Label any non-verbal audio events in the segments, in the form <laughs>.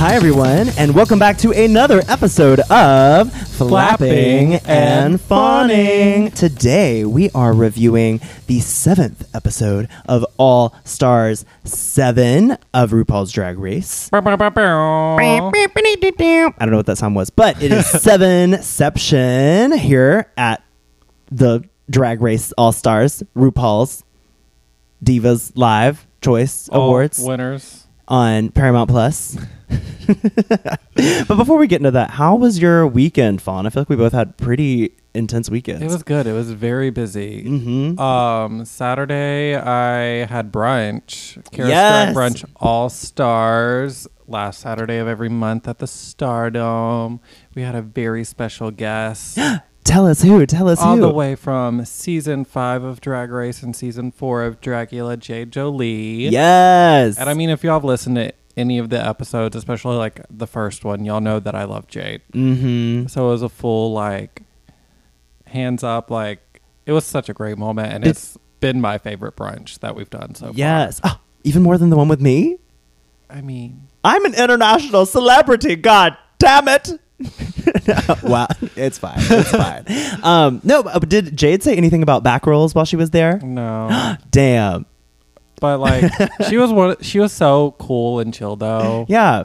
Hi, everyone, and welcome back to another episode of Flapping, Flapping and and Fawning. Today, we are reviewing the seventh episode of All Stars 7 of RuPaul's Drag Race. I don't know what that sound was, but it is Sevenception here at the Drag Race All Stars, RuPaul's Divas Live Choice All Oh, Awards winners. on Paramount <laughs> Plus. but before we get into that, how was your weekend, Fawn? I feel like we both had pretty intense weekends. Mm-hmm. It was good. It was very busy. Um, Saturday I had brunch. Kara Yes. Strike brunch all stars. Last Saturday of every month at the Stardome, we had a very <gasps> special guest Tell us who. Tell us all who. the way from season five of Drag Race and season four of Dragula J. Jolie. Yes. And I mean, if y'all have listened to any of the episodes, especially like the first one, y'all know that I love Jade. mm-hmm. So it was a full like hands up like it was such a great moment and Did- it's been my favorite brunch that we've done so Yes. Oh, even more than the one with me. far. I mean, I'm an international celebrity. God damn <laughs> it. wow, it's fine. It's fine. <laughs> Um, no, but did Jade say anything about back rolls while she was there? Mm. <gasps> no. Damn. but like she was one she was so cool and chill though. Yeah.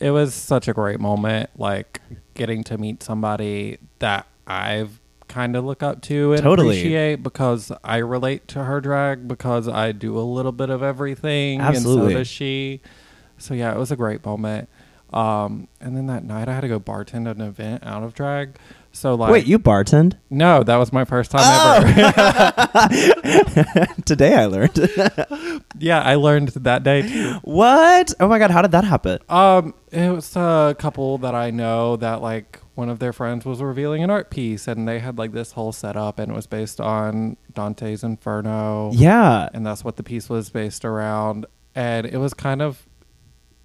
It was such a great moment like getting to meet somebody that I've kind of look up to and Totally. appreciate because I relate to her drag because I do a little bit of everything and Absolutely. so does she. So yeah, it was a great moment. Um, and then that night I had to go bartend an event out of drag. So like Wait, you Oh. bartend? no, that was my first time ever. Today I learned. <laughs> yeah, I learned that day too. What? Oh my god, how did that happen? Um, it was a couple that I know that like one of their friends was revealing an art piece, and they had like this whole setup, and it was based on Dante's Inferno, Yeah. and that's what the piece was based around. And it was kind of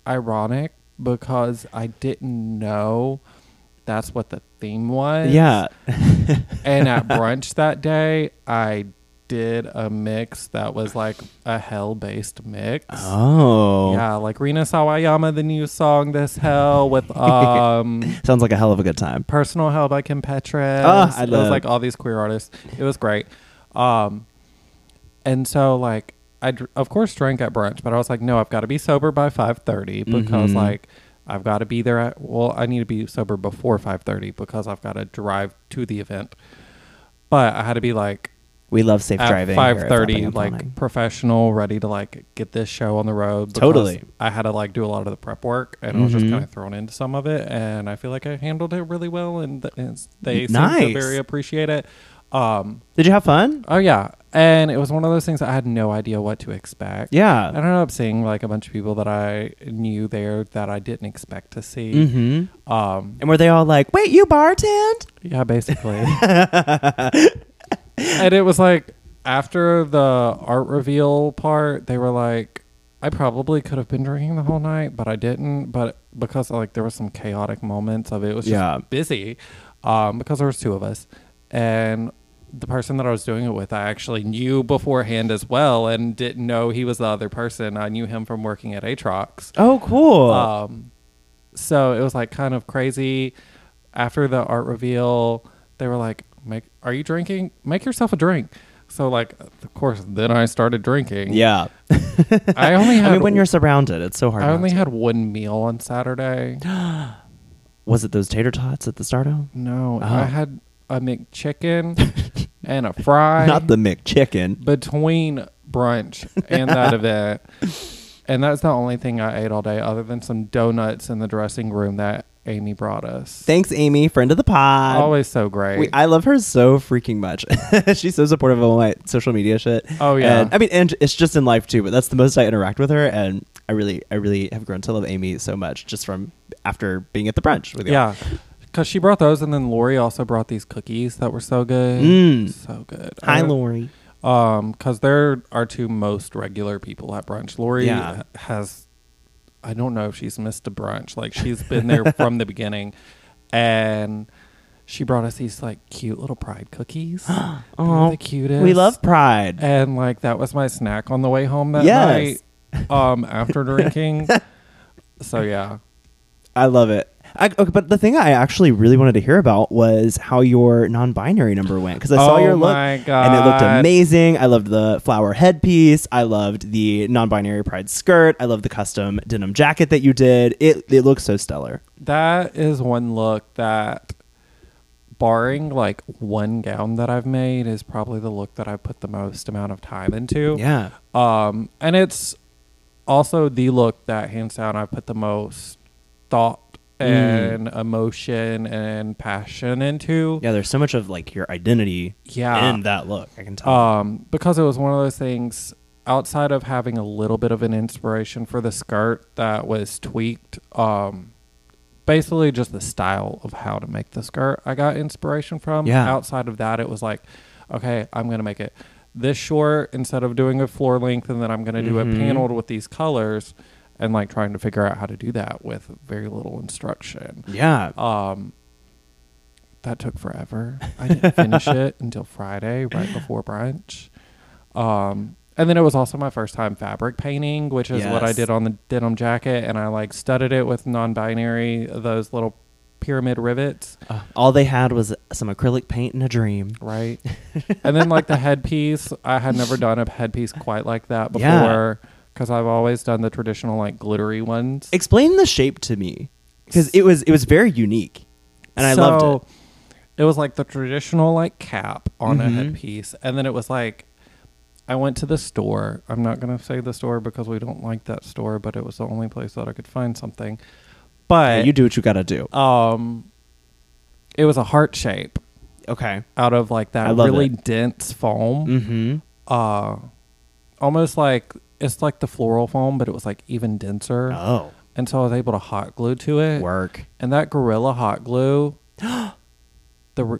ironic because I didn't know that's what the theme was. Yeah. <laughs> and at brunch that day, I did a mix that was like a hell based mix. Oh. Yeah, like Rina Sawayama, the new song "This Hell" <laughs> with um Sounds like a hell of a good time. "Personal Hell" by Kim Petras. Ah, I it love- was like all these queer artists. It was great. Um, and so like I dr- of course drank at brunch, but I was like, no, I've got to be sober by five thirty because Mm-hmm. like I've got to be there. At, well, I need to be sober before five thirty because I've got to drive to the event. But I had to be like We love safe at driving. five thirty, like like professional, ready to like get this show on the road. because Totally. Mm-hmm. I had to like do a lot of the prep work, and I was just kind of thrown into some of it, and I feel like I handled it really well, and, th- and s- they Nice. seemed to very appreciate it. Um, Did you have fun? oh yeah, and it was one of those things I had no idea what to expect. Yeah. I ended up seeing like a bunch of people that I knew there that I didn't expect to see. Mm-hmm. Um, And were they all like, "Wait, you bartend?" yeah, basically. and it was like after the art reveal part, they were like, I probably could have been drinking the whole night, but I didn't. But because like there was some chaotic moments of it, it was just Yeah. busy. Um, because there was two of us. And the person that I was doing it with, I actually knew beforehand as well and didn't know he was the other person. I knew him from working at Atrox. Oh, cool. Um, so it was like kind of crazy. After the art reveal, they were like, "Make are you drinking? Make yourself a drink." So like, of course, then I started drinking. yeah. <laughs> I only had I mean, when you're surrounded, it's so hard. I not only to- had one meal <gasps> on Saturday. was it those tater tots at the Stardome? No, Oh. I had <laughs> a McChicken and a fry. Not the McChicken. between brunch and <laughs> that event. And that's the only thing I ate all day, other than some donuts in the dressing room that Amy brought us. Thanks, Amy, friend of the pod. Always so great. We, I love her so freaking much. <laughs> She's so supportive of all my social media shit. Oh, yeah. And, I mean, and it's just in life too, but that's the most I interact with her, and I really, I really have grown to love Amy so much just from after being at the brunch with you. yeah. Because she brought those, and then Lori also brought these cookies that were so good. Mm. So good. Hi, I- Lori. Um, because there are two most regular people at brunch. Lori Yeah. has, I don't know if she's missed a brunch. Like she's <laughs> been there from the beginning, and she brought us these like cute little pride <gasps> cookies. They were Aw, the cutest. We love Pride. And like that was my snack on the way home that Yes. <laughs> night. Um, after drinking. so yeah, I love it. I, okay, but the thing I actually really wanted to hear about was how your non-binary number went because I saw Oh your look my and it looked God. amazing. I loved the flower headpiece. I loved the non-binary pride skirt. I loved the custom denim jacket that you did. It it looks so stellar. That is one look that, barring like one gown that I've made, is probably the look that I put the most amount of time into. Yeah. Um, and it's also the look that, hands down, I put the most thought Mm. and emotion and passion into. Yeah, there's so much of like your identity Yeah. in that look. I can tell. um, because it was one of those things outside of having a little bit of an inspiration for the skirt that was tweaked um, basically just the style of how to make the skirt i got inspiration from Yeah. outside of that it was like okay i'm gonna make it this short instead of doing a floor length and then i'm gonna do it paneled with these colors and like trying to figure out how to do that with very little instruction yeah. uh, that took forever. I <laughs> didn't finish it until Friday, right before brunch. Um, and then it was also my first time fabric painting, which is what I Yes. did on the denim jacket, and I like studded it with non-binary those little pyramid rivets, Uh, all they had was some acrylic paint and a dream. right? and <laughs> then like the headpiece, I had never done a headpiece quite like that Yeah. before because I've always done the traditional like glittery ones. Explain the shape to me because it was it was very unique, and I loved it. It was like the traditional like cap on Mm-hmm. a headpiece, and then it was like I went to the store. I'm not gonna say the store because we don't like that store, but it was the only place that I could find something. Yeah, But you do what you gotta do. um, it was a heart shape okay. out of like I that love really it. dense foam, Mm-hmm. uh, almost like it's like the floral foam, but it was like even denser. Oh, And so I was able to hot glue to it, work. and that gorilla <gasps> hot glue, the re-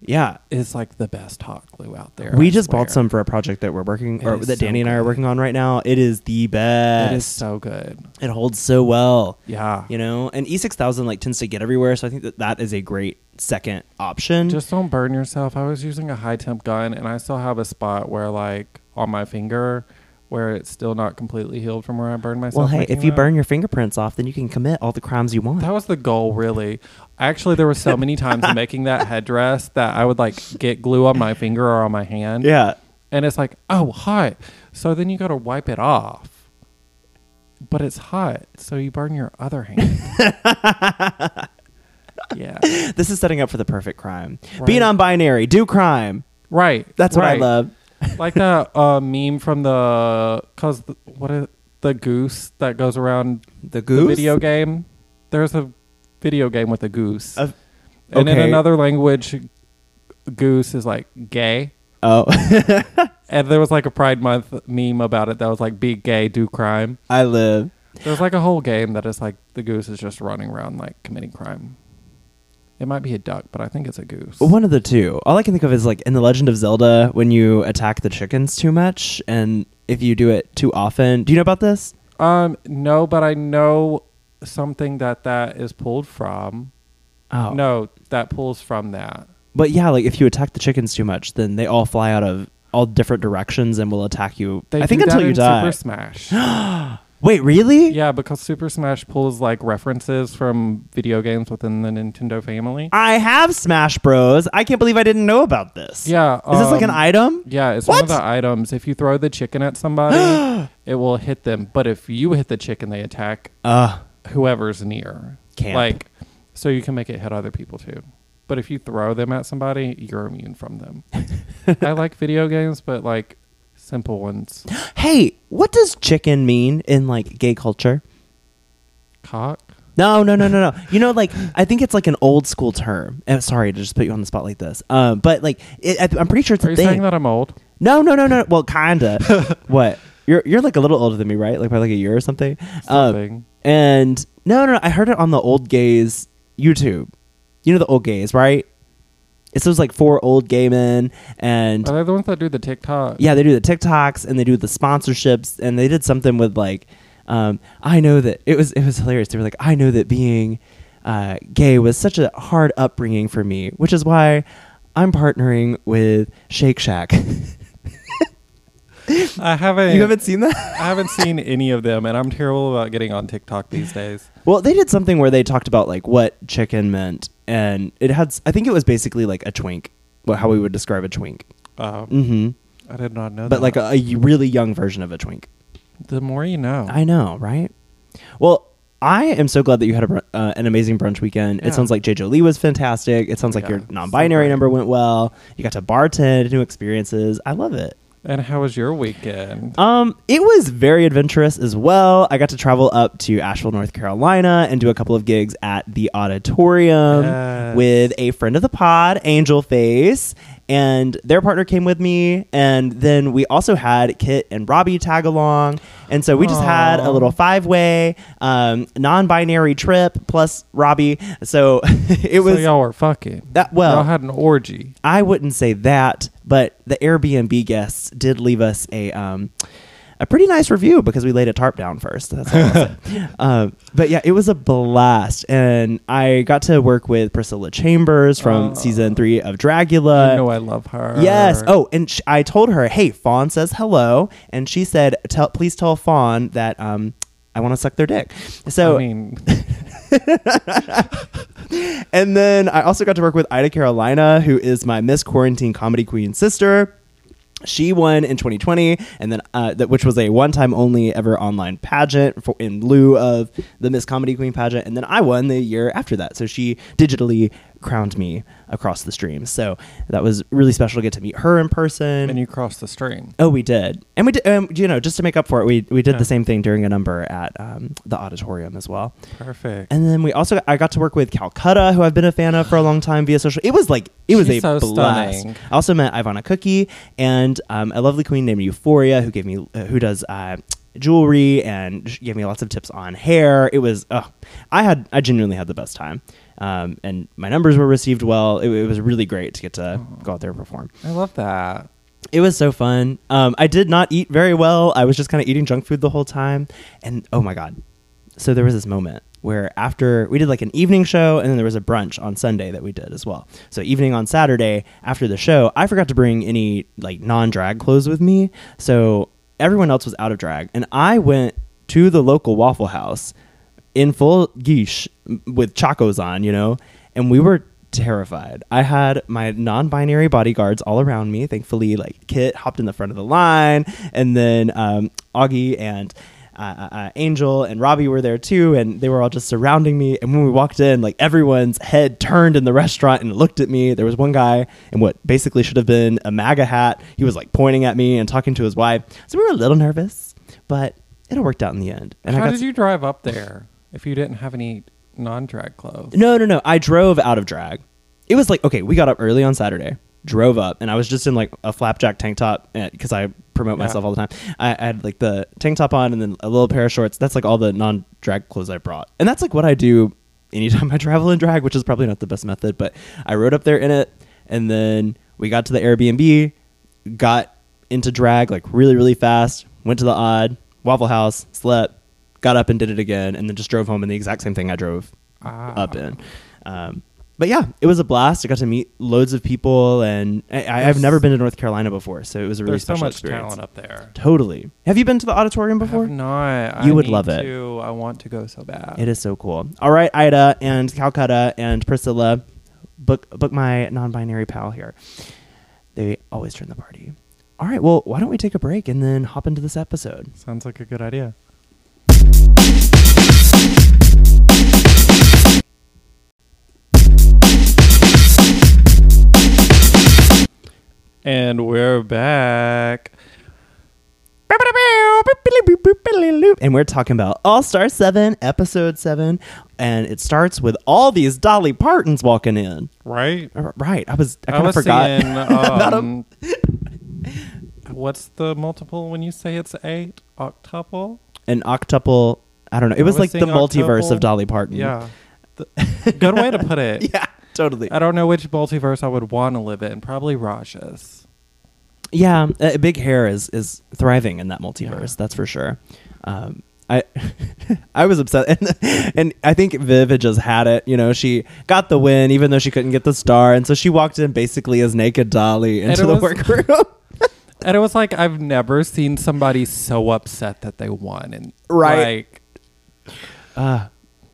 Yeah. is like the best hot glue out there. We I just swear. bought some for a project that we're working It or is that so Danny and I are good. working on right now. It is the It best. is so good. It holds so well. Yeah. You know, and E6000 like tends to get everywhere, so I think that that is a great second option. Just don't burn yourself. I was using a high temp gun and I still have a spot where like on my finger where it's still not completely healed from where I burned myself. well, hey, making if you that. burn your fingerprints off, then you can commit all the crimes you want. That was the goal, really. Actually, there were so <laughs> many times in making that headdress that I would like get glue on my finger or on my hand. yeah. And it's like, oh, hot. So then you got to wipe it off. But it's hot. So you burn your <laughs> other hand. yeah. This is setting up for the perfect crime. Be Right. non-binary, do crime. Right. That's what I right. love. Like that uh, meme from the, cause the, what is the goose that goes around The the goose. video game? There's a video game with a goose. Of- And in okay. another language, goose is like gay. Oh, <laughs> And there was like a Pride Month meme about it that was like, be gay, do crime. I live. There's like a whole game that is like the goose is just running around like committing crime. It might be a duck, but I think it's a goose. One of the two. All I can think of is like in The Legend of Zelda when you attack the chickens too much and if you do it too often. Do you know about this? Um, no, but I know something that that is pulled from. Oh. No, that pulls from that. But yeah, like if you attack the chickens too much, then they all fly out of all different directions and will attack you. They I think do that until you in die. Super <gasps> Smash. Wait, really? yeah, because Super Smash pulls like references from video games within the Nintendo family. I have Smash Bros. I can't believe I didn't know about this. Yeah, Is this like an um, item? Yeah, it's What? one of the items. If you throw the chicken <gasps> at somebody, it will hit them. But if you hit the chicken, they attack Uh, whoever's near. Camp. Like, so you can make it hit other people too. But if you throw them at somebody, you're immune from them. <laughs> I like video games, but like <gasps> simple ones. hey, what does chicken mean in like gay culture? Cock. No, no, no, no, no. You know, like I think it's like an old school term. i sorry to just put you on the spot like this, um, but like it, I, I'm pretty sure it's Are a you thing. saying that I'm old? No, no, no, no. Well, <laughs> kinda. what? You're you're like a little older than me, right? Like by like a year or something. Um, Something. and no, no, no, I heard it on the old gays YouTube. You know the old gays, right? It's those like four old gay men, and Are they the ones that do the TikTok? yeah, they do the TikToks and they do the sponsorships, and they did something with like, um, I know that it was it was hilarious. They were like, I know that being uh, gay was such a hard upbringing for me, which is why I'm partnering with Shake Shack. <laughs> I haven't. you haven't seen that? <laughs> I haven't seen any of them, and I'm terrible about getting on TikTok these days. Well, they did something where they talked about like what chicken meant, and it had. s- I think it was basically like a twink, what how we would describe a twink. Um, Mm-hmm. I did not know that. But like a, a y- really young version of a twink. the more you know. I know, right? Well, I am so glad that you had a, br- uh, an amazing brunch weekend. Yeah. It sounds like JJ Lee was fantastic. It sounds like Yeah, your so non-binary great. number went well. You got to bartend, new experiences. I love it. and how was your weekend? Um, it was very adventurous as well. I got to travel up to Asheville, North Carolina, and do a couple of gigs at the auditorium Yes. with a friend of the pod, Angel Face, and their partner came with me. And then we also had Kit and Robbie tag along, and so we just had a Aw. little five way, um, non binary trip plus Robbie. So <laughs> it was. so y'all were fucking. That- well- y'all had an orgy. I wouldn't say that, but the Airbnb guests did leave us a um, a pretty nice review because we laid a tarp down first. That's all I'll <laughs> say. Um, but yeah, it was a blast, and I got to work with Priscilla Chambers from Oh. season three of I Dragula. you know I love her. Uh, Yes. Oh, and sh- I told her, "Hey, Fawn says hello," and she said, tell, "Please tell Fawn that um, I want to suck their dick." So I mean, And then I also got to work with Ida Carolina, who is my Miss Quarantine Comedy Queen sister. She won in 2020, and then uh, that which was a one-time only ever online pageant for, in lieu of the Miss Comedy Queen pageant, and then I won the year after that. So she digitally crowned me across the stream. So that was really special to get to meet her in person. and you crossed the stream. Oh, we did, and we did. Um, you know, just to make up for it, we we did Yeah. the same thing during a number at um, the auditorium as well. Perfect. And then we also I got to work with Calcutta, who I've been a fan of for a long time via social. It was like it was She's a so blast. stunning. I also met Ivana Cookie and um, a lovely queen named Euphoria, who gave me uh, who does uh, jewelry and sh- gave me lots of tips on hair. It was oh, I had I genuinely had the best time, um, and my numbers were received well. It, it was really great to get to go out there and perform. I love that. It was so fun. Um, I did not eat very well. I was just kind of eating junk food the whole time. And oh my God. So there was this moment where after we did like an evening show and then there was a brunch on Sunday that we did as well. So evening on Saturday after the show, I forgot to bring any like non drag clothes with me. So everyone else was out of drag. And I went to the local Waffle House in full geesh m- with chacos on, you know, and we were terrified. I had my non-binary bodyguards all around me. Thankfully, like Kit hopped in the front of the line, and then um, Augie and. Uh, uh, uh, Angel and Robbie were there too, and they were all just surrounding me. And when we walked in, like everyone's head turned in the restaurant and looked at me. There was one guy in what basically should have been a MAGA hat. He was like pointing at me and talking to his wife. So we were a little nervous, but it all worked out in the end. And How I got did you drive up there if you didn't have any non-drag clothes? No, no, no. I drove out of drag. It was like okay, we got up early on Saturday, drove up, and I was just in like a flapjack tank top because I promote Yeah. myself all the time. I, I had like the tank top on and then a little pair of shorts. That's like all the non drag clothes I brought, and that's like what I do anytime <laughs> I travel in drag, which is probably not the best method. But I rode up there in it, and then we got to the Airbnb, got into drag like really, really fast. Went to the odd Waffle House, slept, got up and did it again, and then just drove home in the exact same thing I drove Ah. up in. Um, but yeah, it was a blast. I got to meet loads of people, and I, I, I've There's- never been to North Carolina before, so it was a really There's so special much experience. talent up there. Totally. Have you been to the auditorium I have before? not. You I would need love it. to. I want to go so bad. It is so cool. All right, Ida and Calcutta and Priscilla, book book my non-binary pal here. They always turn the party. All right, well, why don't we take a break and then hop into this episode? Sounds like a good idea. And we're back. And we're talking about All Star 7, Episode 7, and it starts with all these Dolly Partons walking in. Right? Uh, Right. I was. I I kind of was forgot. <laughs> seeing, um, What's the multiple when you say it's eight? Octuple? An octuple. I don't know. It was, was like the seeing multiverse octuple. of Dolly Parton. <laughs> Yeah. The- <laughs> good way to put it. Mm-hmm. Yeah. Totally. I don't know which multiverse I would want to live in. Probably Raj's. yeah. Uh, Big Hair is is thriving in that multiverse. Yeah. That's for sure. Um, I <laughs> I was upset, and and I think Viv had just had it. You know, she got the win, even though she couldn't get the star, and so she walked in basically as naked Dolly And into it the was- <laughs> workroom. And it was like I've never seen somebody so upset that they won. And Right. Like, uh,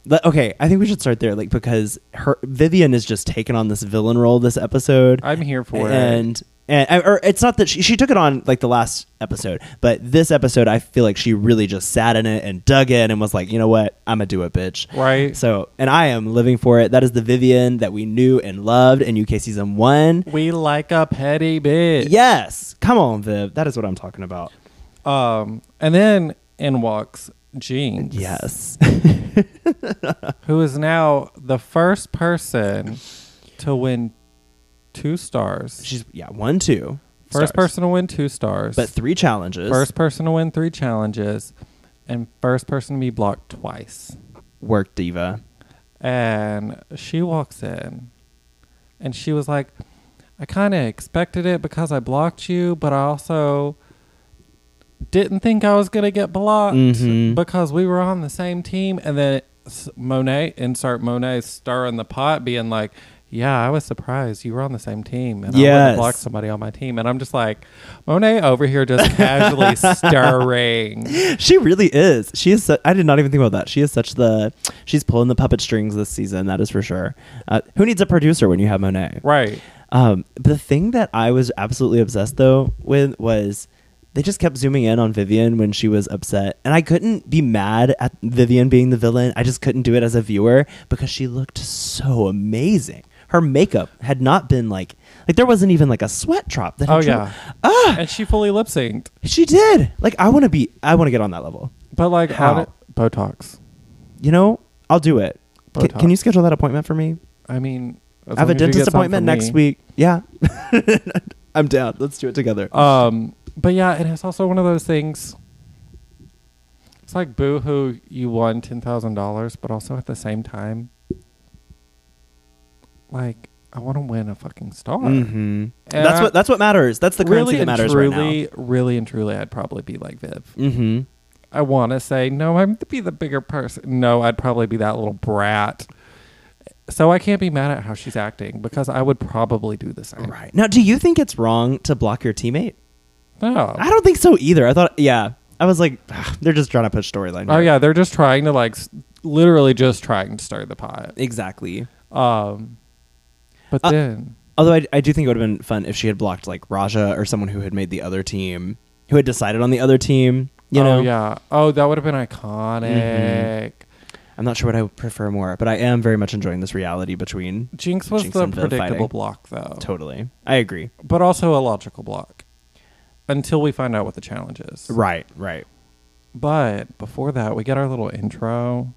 But, okay, I think we should start there, like because her Vivian is just taking on this villain role this episode. I'm here for it. and, And uh, or it's not that she, she took it on like the last episode, but this episode I feel like she really just sat in it and dug in and was like, you know what, I'm gonna do it, bitch. Right. So, and I am living for it. That is the Vivian that we knew and loved in UK season one. We like a petty bitch. Yes, come on, Viv. That is what I'm talking about. Um, and then in walks Jinx, Yes. <laughs> who is now the first person to win two stars. She's yeah, one, two. stars. First person to win two stars. but three challenges. first person to win three challenges, and first person to be blocked twice. work diva. And she walks in, and she was like, "I kind of expected it because I blocked you, but I also." Didn't think I was gonna get blocked Mhm. because we were on the same team, and then s- Monet insert Monet stirring the pot, being like, "Yeah, I was surprised you were on the same team, and I wouldn't Yes. block somebody on my team." And I'm just like, Monet over here just <laughs> casually stirring. She really is. She is. Su- I did not even think about that. She is such the. She's pulling the puppet strings this season. That is for sure. Uh, who needs a producer when you have Monet? Right. Um, the thing that I was absolutely obsessed though with was they just kept zooming in on Vivian when she was upset, and I couldn't be mad at Vivian being the villain. I just couldn't do it as a viewer because she looked so amazing. Her makeup had not been like like there wasn't even like a sweat drop. That had Oh, dropped. yeah. ah, And she fully lip synced. she did. Like I want to be. I want to get on that level. But like How? how did- Botox. You know, I'll do it. Ca- Botox. can you schedule that appointment for me? I mean, as I have a long as you get dentist some appointment from next me. week. Yeah, <laughs> I'm down. Let's do it together. Um, but yeah, and it's also one of those things. It's like boohoo, you won ten thousand dollars, but also at the same time, like I want to win a fucking star. hmm And That's I- what that's what matters. That's the currency really that matters and truly, right really and truly, I'd probably be like Viv. now. hmm I want to say no, I'm to be the bigger person. No, I'd probably be that little brat. So I can't be mad at how she's acting because I would probably do the same. Right now, do you think it's wrong to block your teammate? No. I don't think so either. I thought, yeah, I was like, "Ugh, they're just trying to push storyline. Oh here." yeah, they're just trying to like, s- literally just trying to stir the pot. exactly. Um, but Uh, then Although I, I do think it would have been fun if she had blocked like Raja or someone who had made the other team, who had decided on the other team. You oh, know, Mm-hmm. yeah. Oh, that would have been iconic. I'm not sure what I would prefer more, but I am very much enjoying this reality between. Jinx was Jinx the and Viv predictable fighting. block though, Totally, I agree. but also a logical block. Until we find out what the challenge is. Right, right. <laughs> But before that, we get our little intro,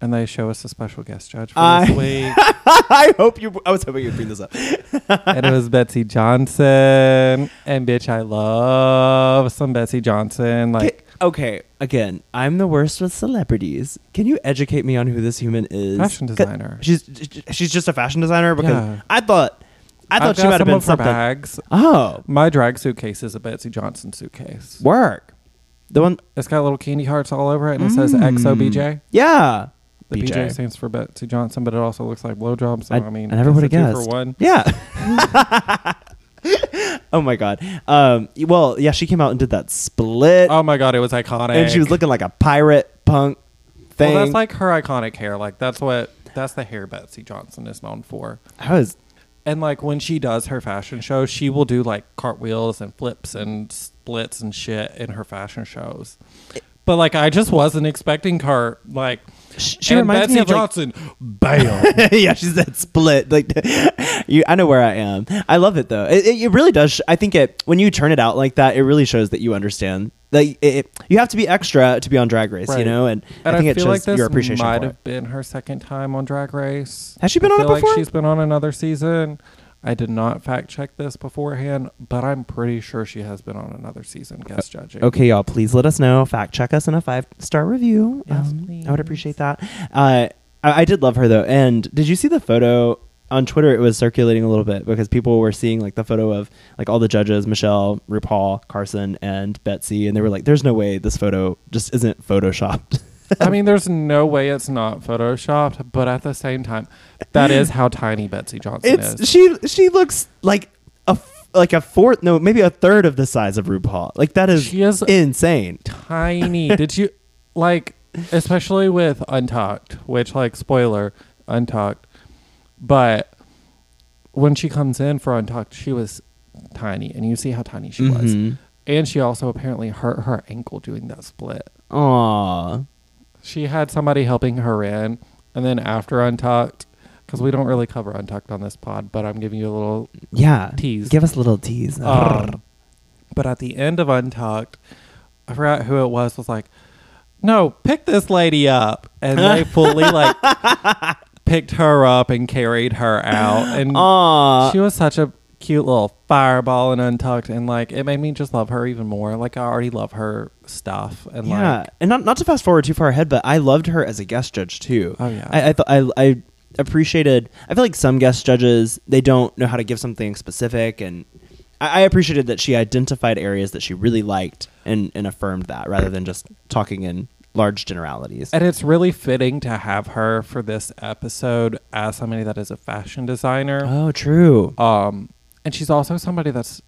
and they show us a special guest judge for I- this week. I hope you. I was hoping you'd bring this <laughs> up. and <laughs> it was Betsy Johnson. And bitch, I love some Betsy Johnson. Like okay, again, I'm the worst with celebrities. Can you educate me on who this human is? Fashion C- designer. She's she's just a fashion designer because Yeah. I thought I thought I've she might have got some been of her something. Bags. Oh, My drag suitcase is a Betsy Johnson suitcase. work. The one. It's got little candy hearts all over it, and it says Mm. XOBJ. Yeah. The BJ. stands for Betsy Johnson, but it also looks like blowjobs. So, I, I, mean, I never it's would a have two guessed. For one. Yeah. <laughs> oh my god. Um. Well, yeah. She came out and did that split, Oh my god, it was iconic. and she was looking like a pirate punk thing. Well, that's like her iconic hair. Like that's what that's the hair Betsy Johnson is known for. I was. And like when she does her fashion show, she will do like cartwheels and flips and splits and shit in her fashion shows. But like I just wasn't expecting her like Sh- she and reminds Betsy me of, like- Johnson. bam. <laughs> yeah, she said split. Like, <laughs> you, I know where I am. I love it though. It, it, it really does. Sh- I think it when you turn it out like that, it really shows that you understand. Like, it, it- you have to be extra to be on Drag Race, you Right. know. And, I think it shows your appreciation might for have it. been her second time on Drag Race. Has she been I on it feel before? Like she's been on another season. I did not fact check this beforehand, but I'm pretty sure she has been on another season guest judging. Okay, y'all, please let us know. Fact check us in a five star review. Um, Yes, I would please. appreciate that. Uh, I, I did love her though. And did you see the photo on Twitter? It was circulating a little bit because people were seeing like the photo of like all the judges Michelle, RuPaul, Carson, and Betsy. And they were like, there's no way this photo just isn't photoshopped. <laughs> I mean, there's no way it's not photoshopped, but at the same time, that is how tiny Betsy Johnson it's is. she she looks like a f- like a fourth no maybe a third of the size of RuPaul like that is She is- insane tiny. Did you like especially with Untucked, which like spoiler, Untucked. But when she comes in for Untucked, she was tiny, and you see how tiny she was. Mhm. And she also apparently hurt her ankle doing that split. Aw. She had somebody helping her in, and then after Untucked, because we don't really cover Untucked on this pod, but I'm giving you a little Yeah. Tease. Give us a little tease. Um, but at the end of Untucked, I forgot who it was. Was like, no, pick this lady up, <laughs> and they fully like picked her up and carried her out, and Aw. she was such a cute little fireball and Untucked, and like it made me just love her even more. Like I already love her stuff, and yeah, like and not not to fast forward too far ahead, but I loved her as a guest judge too. Oh, yeah. I I, th- I I appreciated. I feel like some guest judges they don't know how to give something specific, and I, I appreciated that she identified areas that she really liked and and affirmed that rather than just talking in large generalities. And it's really fitting to have her for this episode as somebody that is a fashion designer. oh, true. Um, and she's also somebody that's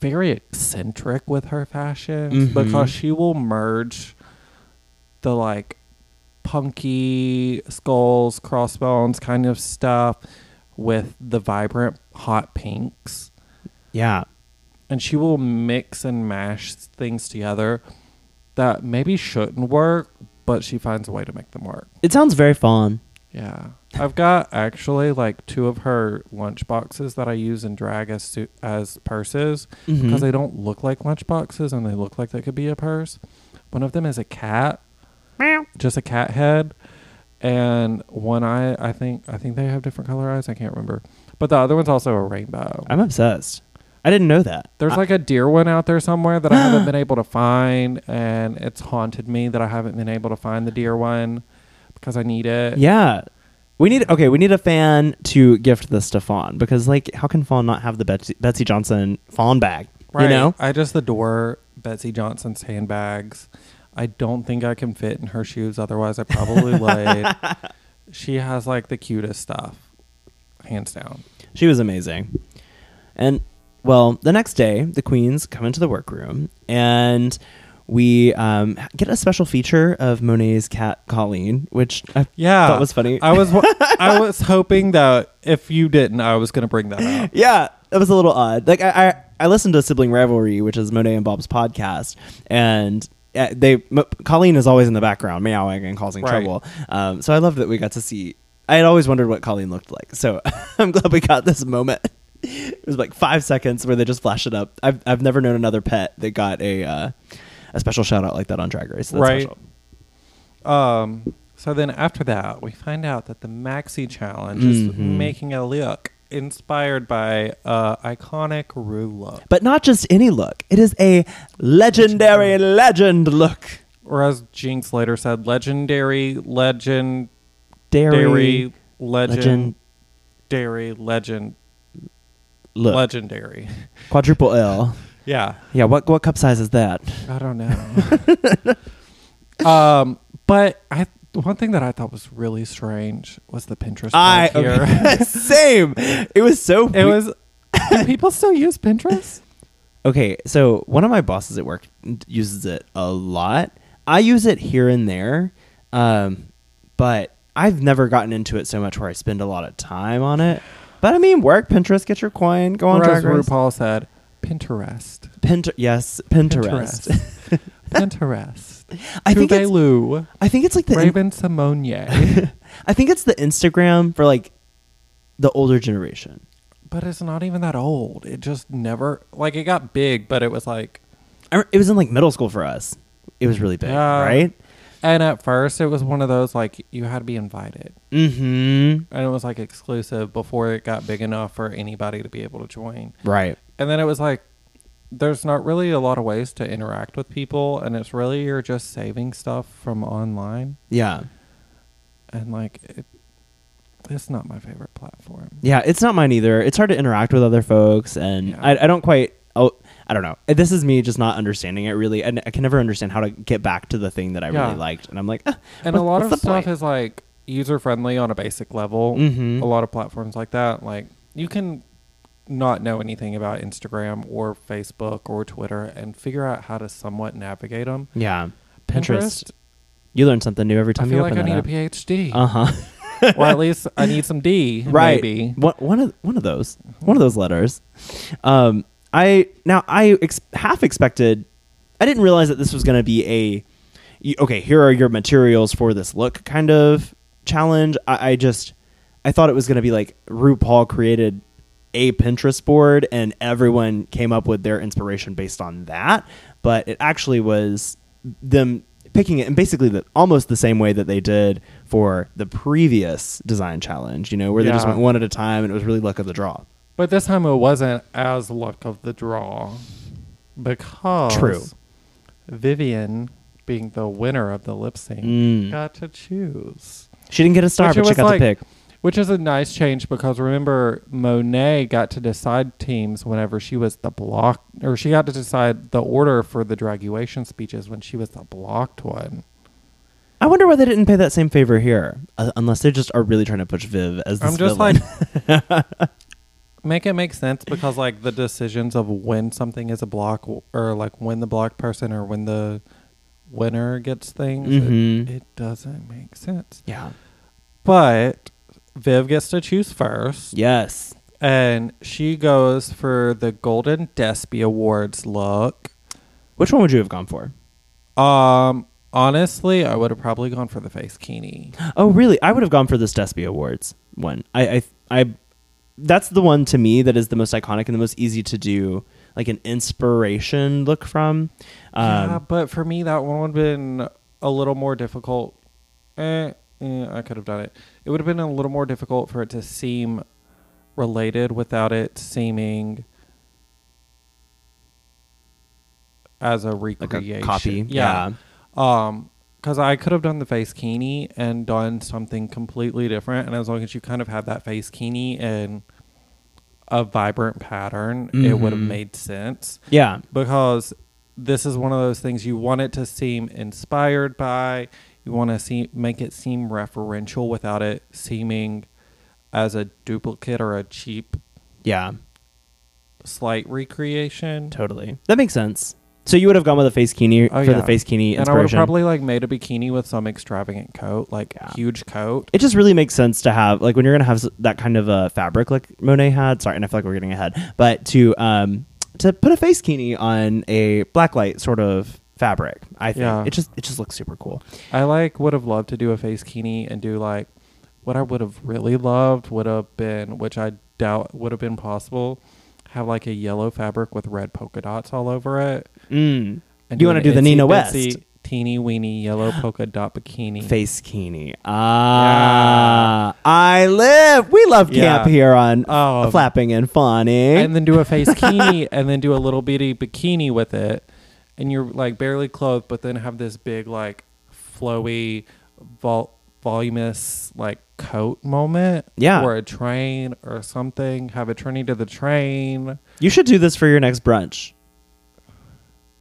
very eccentric with her fashion Mhm. because she will merge the like punky skulls, crossbones kind of stuff with the vibrant hot pinks. yeah, And she will mix and mash things together that maybe shouldn't work, but she finds a way to make them work. it sounds very fun. Yeah. I've got actually like two of her lunch boxes that I use and drag as su- as purses Mhm. because they don't look like lunch boxes and they look like they could be a purse. One of them is a cat, just a cat head, and one eye. I think I think they have different color eyes. I can't remember, but the other one's also a rainbow. I'm obsessed. I didn't know that. There's like a deer one out there somewhere that I haven't been able to find, and it's haunted me that I haven't been able to find the deer one because I need it. Yeah. We need okay. We need a fan to gift this to Fawn because, like, how can Fawn not have the Betsy, Betsy Johnson Fawn bag? You know, I just adore Betsy Johnson's handbags. I don't think I can fit in her shoes, otherwise <laughs> I probably would. She has like the cutest stuff, hands down. she was amazing. And well, the next day, the queens come into the workroom, and we um, get a special feature of Monet's cat Colleen, which I Yeah, thought was funny. <laughs> I was I was hoping that if you didn't, I was gonna bring that up. yeah, that was a little odd. Like I, I, I listened to Sibling Rivalry, which is Monet and Bob's podcast, and uh, they M- Colleen is always in the background meowing and causing Right. trouble. Um, so I love that we got to see. I had always wondered what Colleen looked like, so <laughs> I'm glad we got this moment. <laughs> It was like five seconds where they just flash it up. I've I've never known another pet that got a uh, a special shout out like that on Drag Race. so that's Right. special. Um. So then after that, we find out that the maxi challenge is Mm-hmm. making a look inspired by uh, iconic Rue look. But not just any look. It is a legendary legend look. or as Jinx later said, legendary, legend, Dairy, dairy, legend, legend- dairy, legend, look. legendary. <laughs> Quadruple L. Yeah, Yeah, what what cup size is that? I don't <laughs> know. um, but I one thing that I thought was really strange was the Pinterest I board <laughs> here. same. It was so. it was. Do people still <laughs> use Pinterest? okay. So one of my bosses at work uses it a lot. I use it here and there, um, but I've never gotten into it so much where I spend a lot of time on it. But I mean, work Pinterest, get your coin, go on Or as Drag Race. RuPaul said, Pinterest. Pinter- yes, Pinterest. Pinterest. Pinterest. <laughs> I think Touvé it's- Lou. I think it's like the Raven Simone. I think it's the Instagram for like the older generation. But it's not even that old. It just never like it got big, but it was like I, re- it was in like middle school for us. It was really big, Yeah. right? and at first it was one of those like you had to be invited. Mm-hmm. And it was like exclusive before it got big enough for anybody to be able to join. Right. And then it was like there's not really a lot of ways to interact with people and it's really you're just saving stuff from online Yeah. and like it, it's not my favorite platform. Yeah. It's not mine either. It's hard to interact with other folks, and Yeah. I, I don't quite. Oh, I don't know. This is me just not understanding it really, and I can never understand how to get back to the thing that I Yeah. really liked. And I'm like, ah, And a what- lot what's of the stuff point? is like user friendly on a basic level. Mhm. A lot of platforms like that, like you can not know anything about Instagram or Facebook or Twitter and figure out how to somewhat navigate them. yeah. Pinterest. You learn something new every I time feel you like open I need a that PhD. up. Uh huh. <laughs> Or at least I need some D. <laughs> right. Maybe. One, one of one of those one of those letters. Um, I now I ex- half expected. I didn't realize that this was going to be a y- okay. Here are your materials for this look kind of challenge. I, I just I thought it was going to be like RuPaul created a Pinterest board and everyone came up with their inspiration based on that. But it actually was them picking it in basically the, almost the same way that they did for the previous design challenge, you know, where they just Yeah. went one at a time and it was really luck of the draw. But this time it wasn't as luck of the draw because True. Vivian, being the winner of the lip sync, Mm. got to choose. She didn't get a star, Which it but she was got like- the pick. Which is a nice change because remember Monet got to decide teams whenever she was the block or she got to decide the order for the draguation speeches when she was the blocked one. I wonder why they didn't pay that same favor here, uh, unless they just are really trying to push Viv as this I'm just villain. like <laughs> make it make sense because like the decisions of when something is a block w- or like when the blocked person or when the winner gets things it- Mhm. it doesn't make sense. <laughs> yeah. But Viv gets to choose first. Yes. and she goes for the Golden Despy Awards look. Which one would you have gone for? Um, honestly, I would have probably gone for the face <gasps> kini. Oh, really? I would have gone for this Despy Awards one. I, I, I, that's the one to me that is the most iconic and the most easy to do, like an inspiration look from. Um, yeah, but for me, that one would have been a little more difficult. Eh, eh, I could have done it. It would have been a little more difficult for it to seem related without it seeming as a like a recreation. copy. yeah. Um, because I could have done the face kini and done something completely different, and as long as you kind of had that face kini and a vibrant pattern, it would have Mhm. made sense. Yeah. Because this is one of those things you want it to seem inspired by. You want to see make it seem referential without it seeming as a duplicate or a cheap Yeah. slight recreation. Totally. That makes sense. So you would have gone with a face kini Oh, for yeah. the face kini And I would have inspiration. probably like made a bikini with some extravagant coat, like Yeah. huge coat. it just really makes sense to have like when you're gonna have s- that kind of a fabric like Monet had. Sorry, and I feel like we're getting ahead, but to um to put a face kini on a blacklight sort of fabric, I think Yeah. it just it just looks super cool. I like would have loved to do a face kini and do like what I would have really loved would have been, which I doubt would have been possible, have like a yellow fabric with red polka dots all over it. Mm. And You want to an do the itsy Nina bitsy West teeny weeny yellow polka dot bikini. face kini? Ah, I live. We love camp Yeah. here on Um, flapping and fawning. and then do a face kini <laughs> and then do a little bitty bikini with it and you're like barely clothed but then have this big like flowy vol- voluminous like coat moment Yeah. or a train or something have it turning to the train you should do this for your next brunch.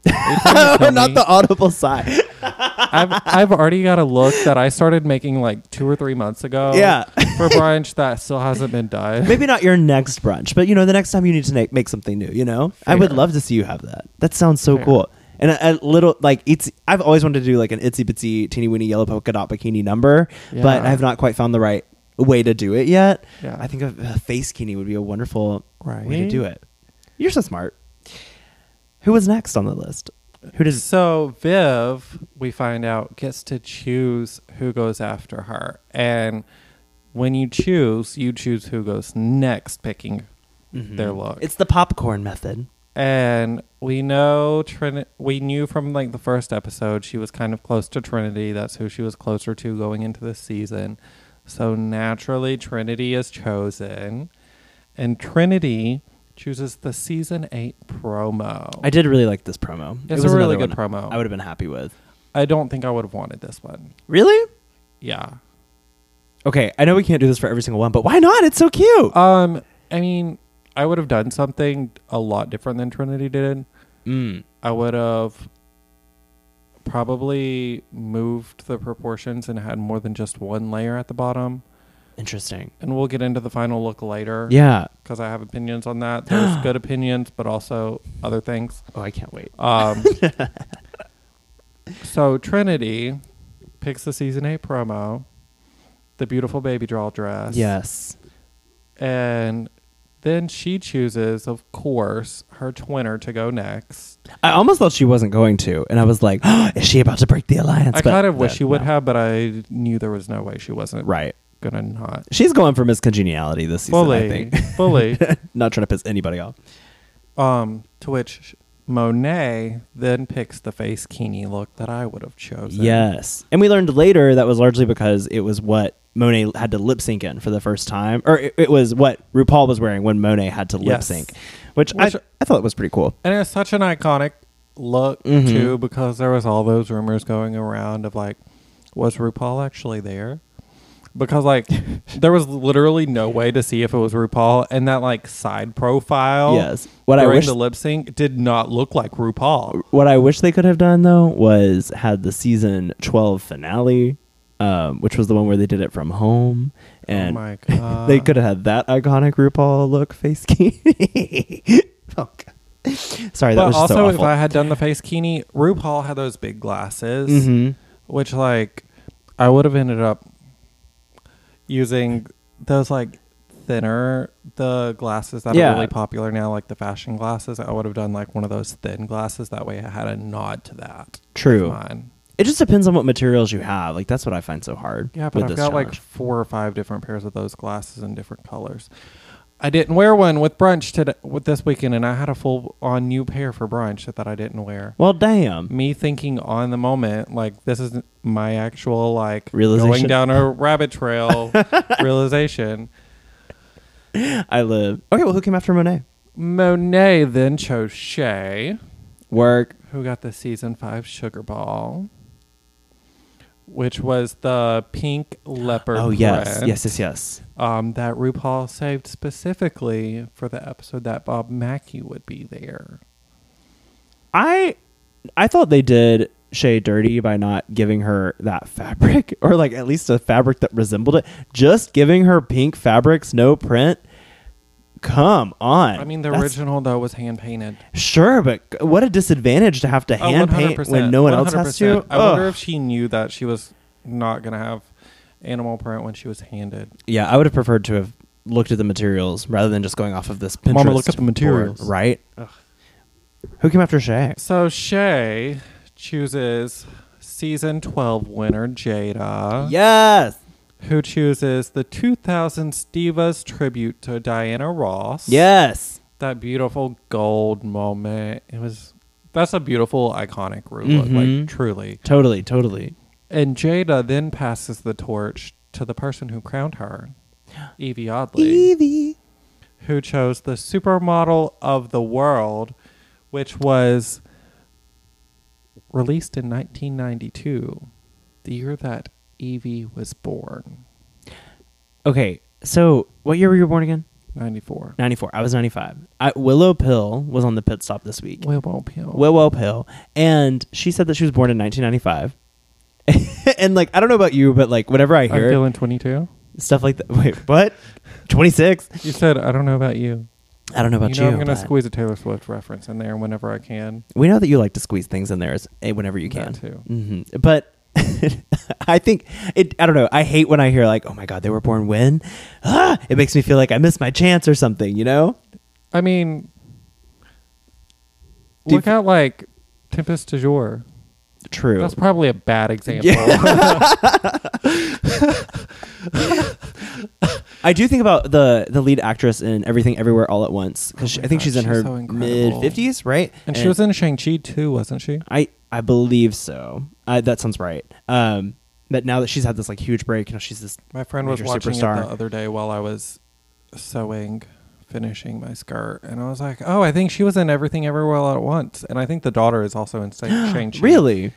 <laughs> oh, Not the audible sigh. I've, I've already got a look that i started making like two or three months ago Yeah. for brunch that still hasn't been done Maybe not your next brunch, but you know, the next time you need to make, make something new, you know? I would Fair. love to see you have that. That sounds so Fair. cool. And a, a little like it's I've always wanted to do like an itsy bitsy teeny weeny yellow polka dot bikini number, but Yeah. I've not quite found the right way to do it yet. Yeah. I think a, a face kini would be a wonderful way to Right. do it. You're so smart. Who was next on the list? Who does So Viv, we find out, gets to choose who goes after her. And when you choose, you choose who goes next picking their look. It's the popcorn method. and we know Trin we knew from like the first episode she was kind of close to Trinity. That's who she was closer to going into this season. So naturally Trinity is chosen. And Trinity chooses the season eight promo. I did really like this promo. It It's was a really another good one promo. I would have been happy with. I don't think I would have wanted this one. Really? Yeah. Okay, I know we can't do this for every single one, but why not? It's so cute. Um, I mean, I would have done something a lot different than Trinity did. Mm. I would have probably moved the proportions and had more than just one layer at the bottom. Interesting. And we'll get into the final look later. Yeah. Because I have opinions on that. There's good opinions, but also other things. Oh, I can't wait. Um, so Trinity picks the season eight promo, the beautiful baby doll dress. Yes. And then she chooses, of course, her twinner to go next. I almost thought she wasn't going to, and I was like, <gasps> "Is she about to break the alliance?" I But kind of wish that- she would no. have, but I knew there was no way she wasn't Right. gonna not. She's going for Miss Congeniality this season. I Fully, think. <laughs> <laughs> fully. Not trying to piss anybody off. Um, to which Monet then picks the face Kini look that I would have chosen. Yes. And we learned later that was largely because it was what Monet had to lip sync in for the first time, or it, it was what RuPaul was wearing when Monet had to lip Yes. sync, which, Which- I, I thought was pretty cool. And it's such an iconic look Mhm. too, because there was all those rumors going around of like, was RuPaul actually there? <laughs> Because like there was literally no way to see if it was RuPaul, and that like side profile, Yes. What I during wish- the lip sync did not look like RuPaul. What I wish they could have done though was had the season twelve finale, um, which was the one where they did it from home, and oh my <laughs> god, they could have had that iconic RuPaul look face key. <laughs> oh, God. Sorry, that But was also, so if awful. I had done the face Kini, RuPaul had those big glasses, Mhm. which like I would have ended up using those like thinner the glasses that Yeah. are really popular now, like the fashion glasses. I would have done like one of those thin glasses. That way, I had a nod to that. True. Mine. It just depends on what materials you have. Like that's what I find so hard. Yeah, with but I've this got like challenge. four or five different pairs of those glasses in different colors. I didn't wear one with brunch today with this weekend, and I had a full on new pair for brunch that I didn't wear. well, damn. me thinking on the moment, like this is my actual like Realization. going down a <laughs> rabbit trail realization. Mm. I live. Okay, well, who came after Monet? Monet then chose Shay, Work. who got the season five sugar ball, which was the pink leopard. Oh yes, print, yes, yes, yes. Um, that RuPaul saved specifically for the episode that Bob Mackey would be there. I, I thought they did Shay dirty by not giving her that <laughs> fabric, or like at least a fabric that resembled it. Just giving her pink fabrics, no print. Come on. I mean, the That's- original though was hand painted. Sure, but g- what a disadvantage to have to Oh, hand paint 100%, when no one else has to. 100%. I wonder Ugh. if she knew that she was not going to have animal print when she was handed. Yeah, I would have preferred to have looked at the materials rather than just going off of this Pinterest. Mama, look at the board, materials. right? Who came after Shay? So Shay chooses season 12 winner Jada, Yes. who chooses the 2000 Divas tribute to Diana Ross. Yes. That beautiful gold moment. It was. That's a beautiful, iconic room, Mhm. like truly. Totally, totally. And Jada then passes the torch to the person who crowned her, Evie Oddly. Evie. who chose the supermodel of the world, which was released in 1992, the year that Evie was born. Okay, so what year were you born again? 94. 94. I was 95. I, Willow Pill was on the pit stop this week. Will won't heal. Willow Pill. And she said that she was born in 1995. <laughs> and like, I don't know about you, but like, whenever I I'm hear feeling 22. stuff like that, <laughs> wait, what? 26? You said, I don't know about you. I don't know about you. you know, I'm going to but- squeeze a Taylor Swift reference in there whenever I can. We know that you like to squeeze things in there as, eh, whenever you can. That too. hmm But <laughs> I think it. I don't know. I hate when I hear like, "Oh my God, they were born when." Ah, it makes me feel like I missed my chance or something. You know? I mean, Do you look out like Tempest du Jour. True. That's probably <laughs> a bad example. I do think about the the lead actress in Everything Everywhere All at Once because Oh my I think God, she's in she's her so mid incredible. fifties, right? <laughs> and she was in Shang-Chi too, wasn't she? I I believe so. I, that sounds right. Um, but now that she's had this like huge break, you know, she's this My friend was major watching superstar. it the other day while I was sewing, finishing my skirt, and I was like, "Oh, I think she was in Everything Everywhere All at Once," and I think the daughter is also <gasps> in Shang Chi. Really?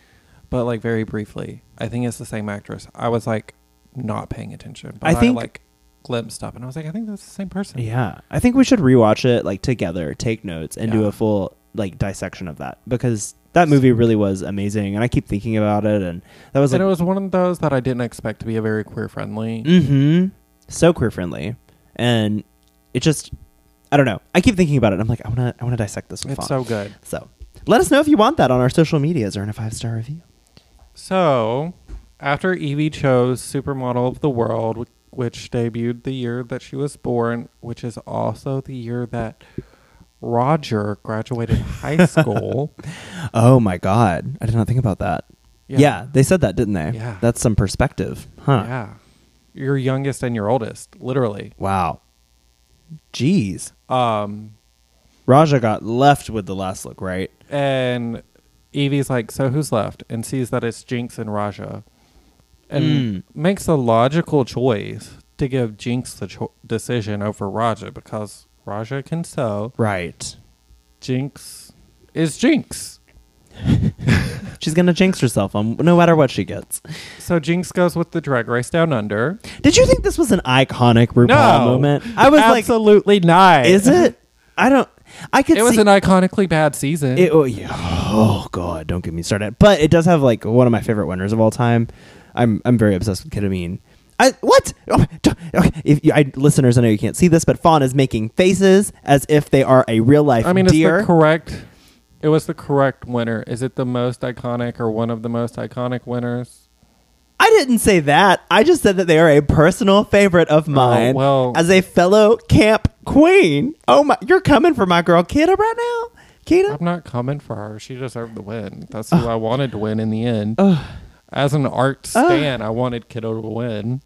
but like very briefly. I think it's the same actress. I was like not paying attention. But I I think- like glimpsed up, and I was like, "I think that's the same person." Yeah, I think we should rewatch it like together, take notes, and do Yeah. a full like dissection of that because that movie really was amazing, and I keep thinking about it, and that was like, and it was one of those that I didn't expect to be a very queer friendly. mm-hmm, so queer friendly, and it just, I don't know, I keep thinking about it. I'm like, I wanna, I wanna dissect this with It's fun. so good. So, let us know if you want that on our social medias or in a five star review. So After Evie chose Supermodel of the World, wh- which debuted the year that she was born, which is also the year that Roger graduated high school. Oh my god, I did not think about that. Yeah. Yeah, they said that, didn't they? Yeah. that's some perspective, huh? Yeah. Your youngest and your oldest, literally. Wow. Jeez, Um, Raja got left with the last look, right? and Evie's like, "So who's left?" and sees that it's Jinx and Raja, and Mm. makes a logical choice to give Jinx the cho- decision over Raja because Raja can sew. Right. Jinx is Jinx, She's gonna jinx herself on no matter what she gets. so Jinx goes with the Drag Race Down Under. Did you think this was an iconic RuPaul No moment? I was like, absolutely not. is it? I don't. I could. It was see, an iconically bad season. It, oh, yeah. oh god, don't get me started. But it does have like one of my favorite winners of all time. I'm I'm very obsessed with ketamine. I what? Oh, t- okay. If you, I, listeners, I know you can't see this, but Fawn is making faces as if they are a real life I mean, deer. it's the correct. It was the correct winner. Is it the most iconic or one of the most iconic winners? I didn't say that. I just said that they are a personal favorite of mine Oh, well. as a fellow camp queen. Oh my, you're coming for my girl Kita right now, Kita. I'm not coming for her. She deserved the win. That's who I wanted to win in the end. As an art stan, I wanted Kiddo to win.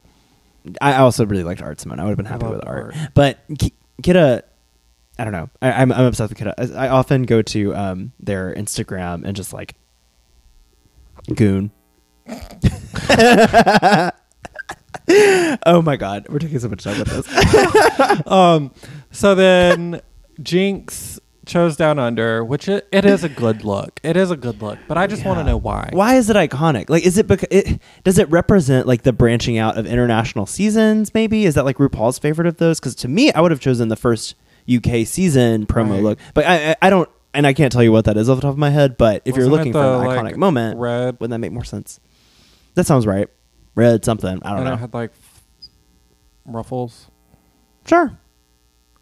I also really liked Art Simone. I would have been happy love with Art, Art. but Ki- Kidda, I don't know. I, I'm I'm obsessed with Kidda. I, I often go to um their Instagram and just like goon. <laughs> oh my god, we're taking so much time with this. Um, So then Jinx chose Down Under, which it, it is a good look. It is a good look, but I just want to know why. Why is it iconic? Like, is it because it does it represent like the branching out of international seasons? Maybe is that like RuPaul's favorite of those? Because to me, I would have chosen the first UK season promo Right. look, but I, I I don't, and I can't tell you what that is off the top of my head. But if you're Wasn't looking it for the, an iconic like, moment, red- wouldn't that make more sense? That sounds right. Red something. I don't And know. I had like f- ruffles. sure.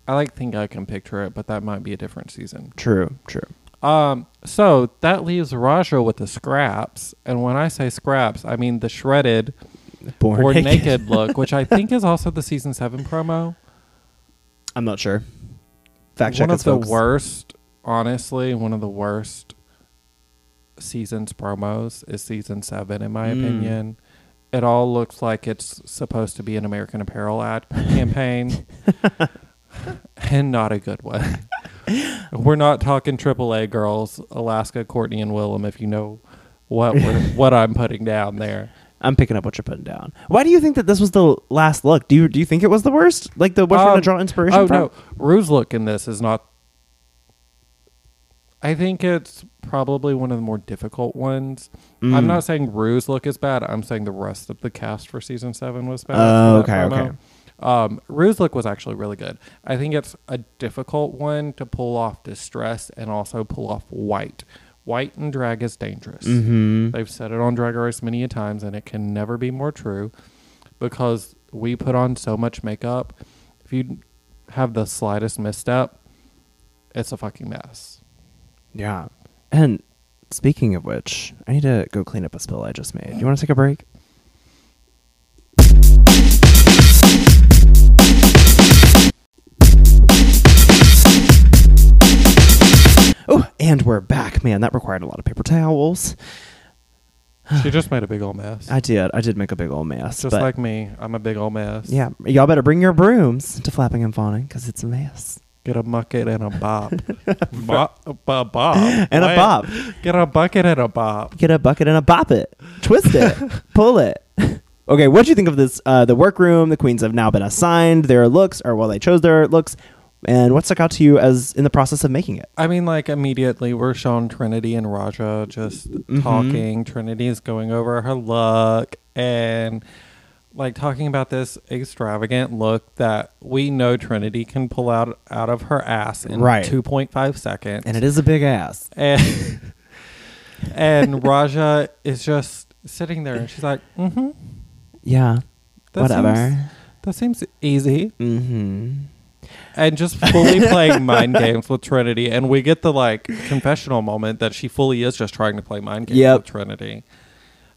I like think I can picture it, but that might be a different season. True. True. Um, so that leaves Raja with the scraps, and when I say scraps, I mean the shredded Born, or naked. naked look, <laughs> which I think is also the season seven promo. I'm not sure. Fact check one of us, the folks. worst, honestly, one of the worst seasons promos is season seven, in my Mm. opinion. It all looks like it's supposed to be an American <laughs> Apparel ad campaign, and not a good one. we're not talking AAA girls, Alaska, Courtney, and Willem. If you know what we're, what I'm putting down there, I'm picking up what you're putting down. Why do you think that this was the last look? Do you do you think it was the worst? Like the what you're Um, gonna draw inspiration oh, from? no, Rue's look in this is not. I think it's probably one of the more difficult ones. Mm. I'm not saying Rue's look is bad. I'm saying the rest of the cast for season seven was bad. Oh, for that okay, promo. okay. Um, Rue's look was actually really good. I think it's a difficult one to pull off distress and also pull off white. White and drag is dangerous. Mm-hmm. They've said it on Drag Race many a times, and it can never be more true because we put on so much makeup. If you have the slightest misstep, it's a <sighs> fucking mess. Yeah. And speaking of which, I need to go clean up a spill I just made. You want to take a break? Oh, and we're back, man. That required a lot of paper towels. she just made a big old mess. I did. I did make a big old mess. just but- like me, I'm a big old mess. Yeah, y'all better bring your brooms to flapping and fawning because it's a mess. Get a bucket and <laughs> a bop. bop, bop, bop. And a Wait. bop. Get a bucket and a bop. Get a bucket and a bop it, twist <laughs> it, pull it. Okay, what do you think of this? Uh, the workroom. The queens have now been assigned their looks, or well, they chose their looks. And what stuck out to you as in the process of making it? I mean, like immediately we're shown Trinity and Raja just Mm-hmm. talking. Trinity is going over her look and like talking about this extravagant look that we know Trinity can pull out out of her ass in Right. 2.5 seconds. And it is a big ass. <laughs> and, and Raja is just sitting there and she's like, mm-hmm, Yeah. That Whatever. that seems easy. Mm-hmm. and just <laughs> fully playing mind games with Trinity. And we get the like confessional moment that she fully is just trying to play mind games Yep. with Trinity.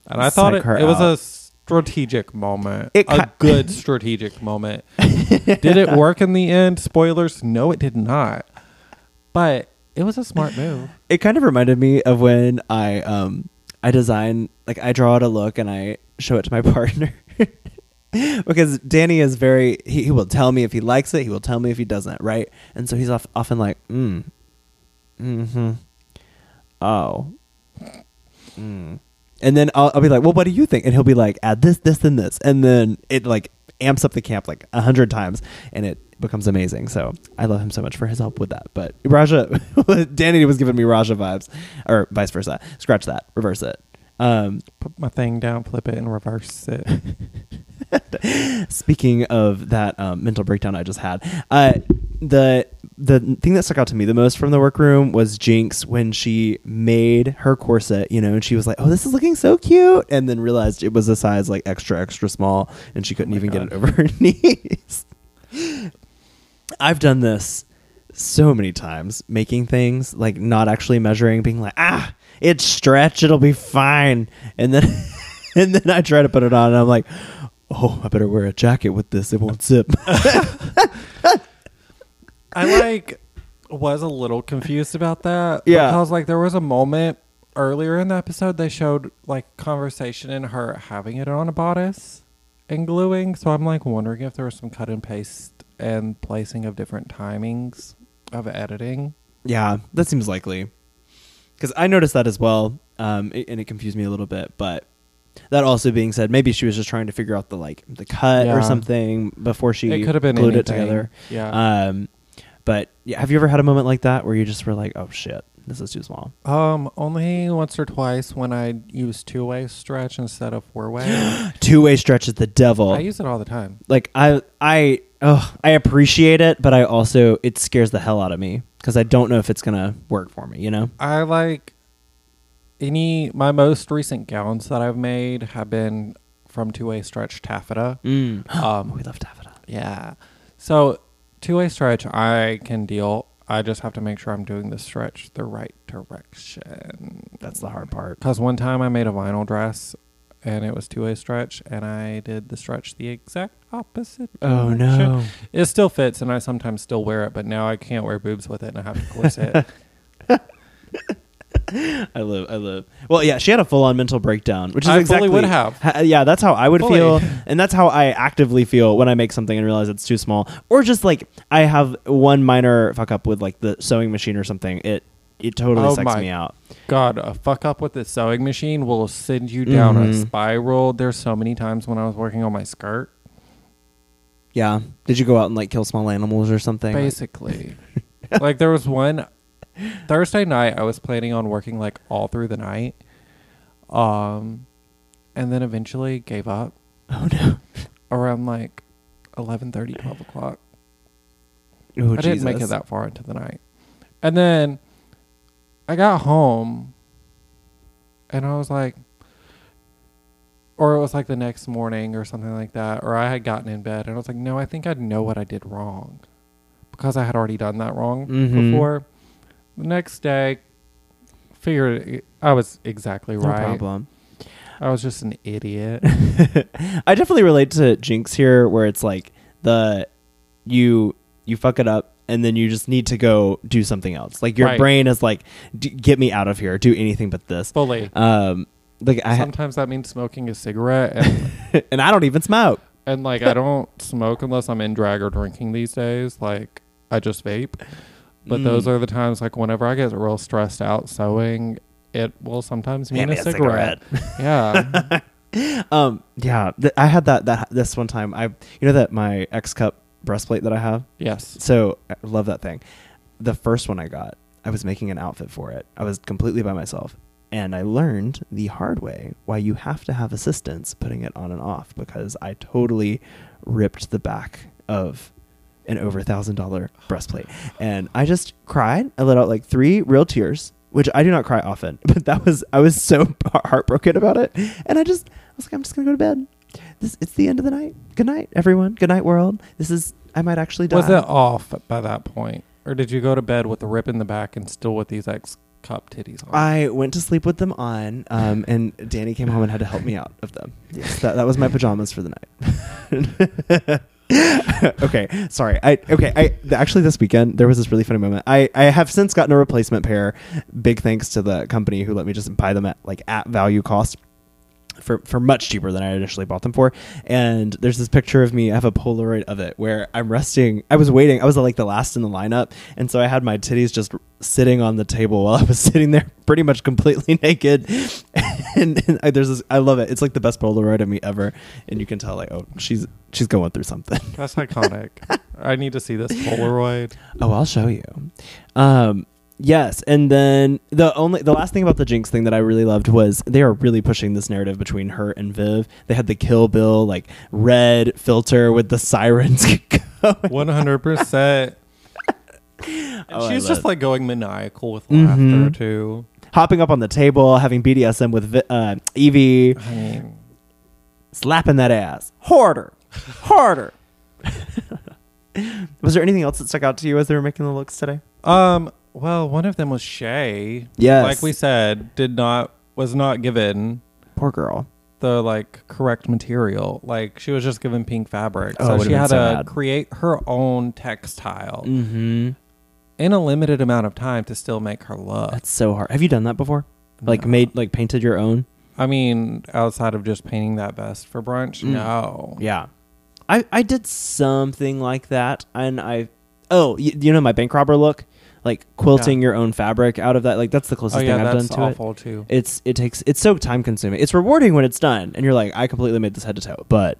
And I thought Psych it, her it was out. a strategic moment, It ki- a <laughs> good strategic moment. did it work in the end? Spoilers? No, it did not. But it was a smart move. it kind of reminded me of when I um I design like I draw out a look and I show it to my <laughs> partner. because Danny is very he, he will tell me if he likes it, he will tell me if he doesn't, right? And so he's off, often like, mm. Mm-hmm. Oh. Mm. And then I'll, I'll be like, well, what do you think? And he'll be like, add this, this, and this. And then it like amps up the camp like a hundred times and it becomes amazing. So I love him so much for his help with that. But Raja, <laughs> Danny was giving me Raja vibes or vice versa. Scratch that, reverse it. Um, Put my thing down, flip it, and reverse it. Speaking of that um, mental breakdown I just had, uh, the the thing that stuck out to me the most from the workroom was Jinx when she made her corset, you know, and she was like, "Oh, this is looking so cute," and then realized it was a size like extra extra small, and she couldn't Oh my even get God. it over her <laughs> knees. I've done this so many times, making things like not actually measuring, being like, ah, it's stretch, it'll be fine, and then <laughs> and then I try to put it on, and I'm like, oh, I better wear a jacket with this; it won't zip. I like was a little confused about that. Yeah. Because like there was a moment earlier in the episode they showed like conversation and her having it on a bodice and gluing. So I'm like wondering if there was some cut and paste and placing of different timings of editing. yeah, that seems likely, because I noticed that as well, um, it- and it confused me a little bit. But that also being said, maybe she was just trying to figure out the like the cut Yeah. or something before she It could have been glued it anything. together. Yeah. Um, but yeah, have you ever had a moment like that where you just were like, "Oh shit, this is too small"? Um, only once or twice when I use two way stretch instead of <gasps> four way. Two way stretch is the devil. I use it all the time. like I, I, oh, I appreciate it, but I also it scares the hell out of me because I don't know if it's gonna work for me. You know? I like any my most recent gowns that I've made have been from two way stretch taffeta. <gasps> Mm. Um, we love taffeta. Yeah. So two way stretch I can deal. I just have to make sure I'm doing the stretch the right direction. That's the hard part. Cause one time I made a vinyl dress and it was two way stretch and I did the stretch the exact opposite. Oh direction. no! It still fits, and I sometimes still wear it, but now I can't wear boobs with it, and I have to corset. <laughs> I live. I live. Well, yeah, she had a full-on mental breakdown, which is I exactly fully would have. Ha- yeah, that's how I would Fully. feel, <laughs> and that's how I actively feel when I make something and realize it's too small, or just like I have one minor fuck up with like the sewing machine or something. It it totally Oh sucks my me out. God, a fuck up with the sewing machine will send you down a Mhm. spiral. There's so many times when I was working on my skirt, Yeah. Did you go out and like kill small animals or something? basically. <laughs> like there was one Thursday night I was planning on working like all through the night, um, and then eventually gave up Oh no. around like 11:30, 12 o'clock. Oh, I didn't make it that far into the night. And then I got home and I was like, or it was like the next morning or something like that, or I had gotten in bed and I was like, no, I think I know what I did wrong because I had already done that wrong Mhm. before. The next day, figured it- I was exactly No right. problem. I was just an <laughs> idiot. I definitely relate to Jinx here, where it's like the you you fuck it up, and then you just need to go do something else. Like your Right. brain is like, D- get me out of here. Do anything but this. Fully. Um, like I Sometimes that means smoking a cigarette and <laughs> and I don't even smoke. And like I don't <laughs> smoke unless I'm in drag or drinking these days. Like I just vape. But Mm. those are the times like whenever I get real stressed out sewing, it will sometimes mean Hand a, me a cigarette. yeah. <laughs> Um, yeah, th- I had that that this one time. I you know that my X cup breastplate that I have. Yes. So I love that thing. The first one I got, I was making an outfit for it. I was completely by myself. And I learned the hard way why you have to have assistance putting it on and off because I totally ripped the back of an over thousand dollar breastplate. And I just cried. I let out like three real tears, which I do not cry often, <laughs> but that was I was so <laughs> heartbroken about it. And I just I was like, I'm just gonna go to bed. This it's the end of the night. Good night, everyone. Good night, world. This is I might actually die. Was it off by that point? Or did you go to bed with a rip in the back and still with these X cup titties on. I went to sleep with them on, um, and Danny came home and had to help me out of them. Yes, that, that was my pajamas for the night. <laughs> okay, sorry. I okay. I th- actually this weekend there was this really funny moment. I I have since gotten a replacement pair. Big thanks to the company who let me just buy them at like at value cost for for much cheaper than I initially bought them for. And there's this picture of me. I have a Polaroid of it where I'm resting. I was waiting. I was like the last in the lineup, and so I had my titties just sitting on the table while I was <laughs> sitting there, pretty much completely <laughs> naked. And, and I, there's this. I love it. It's like the best Polaroid of me ever. And you can tell like, oh, she's she's going through something. <laughs> That's iconic. I need to see this Polaroid. Oh, I'll show you. Um, yes, and then the only the last thing about the Jinx thing that I really loved was they are really pushing this narrative between her and Viv. They had the Kill Bill like red filter with the <laughs> sirens going. One hundred percent. <laughs> Oh, I She's love just it. like going maniacal with Mhm. laughter too. hopping up on the table, having BDSM with Vi- uh, Evie, I mean, slapping that ass harder, harder. <laughs> was there anything else that stuck out to you as they were making the looks today? um. Well, one of them was Shay. Yes. Like we said, did not was not given Poor girl. the like correct material. Like she was just given pink fabric, Oh, it so would've she been had so to bad. create her own textile Mm-hmm. in a limited amount of time to still make her look. That's so hard. Have you done that before? Like No. made like painted your own? I mean, outside of just painting that vest for brunch, no. Mm. Yeah. I, I did something like that. And I, oh, y- you know, my bank robber look? Like quilting your own fabric out of that. Like, that's the Oh closest yeah, thing I've that's done to awful too. it. It's, it takes, it's so time consuming. It's rewarding when it's done. And you're like, I completely made this head to toe. But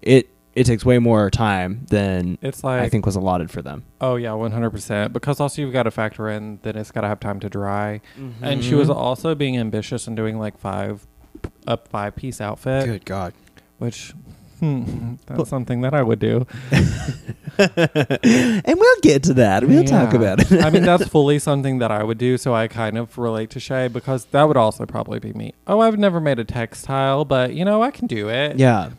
it, it takes way more time than It's I like think was allotted for them. Oh yeah, one hundred percent. Because also you've got to factor in that it's got to have time to dry, and she Mm-hmm. was also being ambitious and doing like five, a five piece outfit, God. which hmm, <laughs> that's something that I would do. <laughs> And we'll get to that. We'll talk Yeah. about it. <laughs> I mean, that's fully something that I would do. So I kind of relate to Shay because that would also probably be me. Oh, I've never made a textile, but you know I can do it. yeah.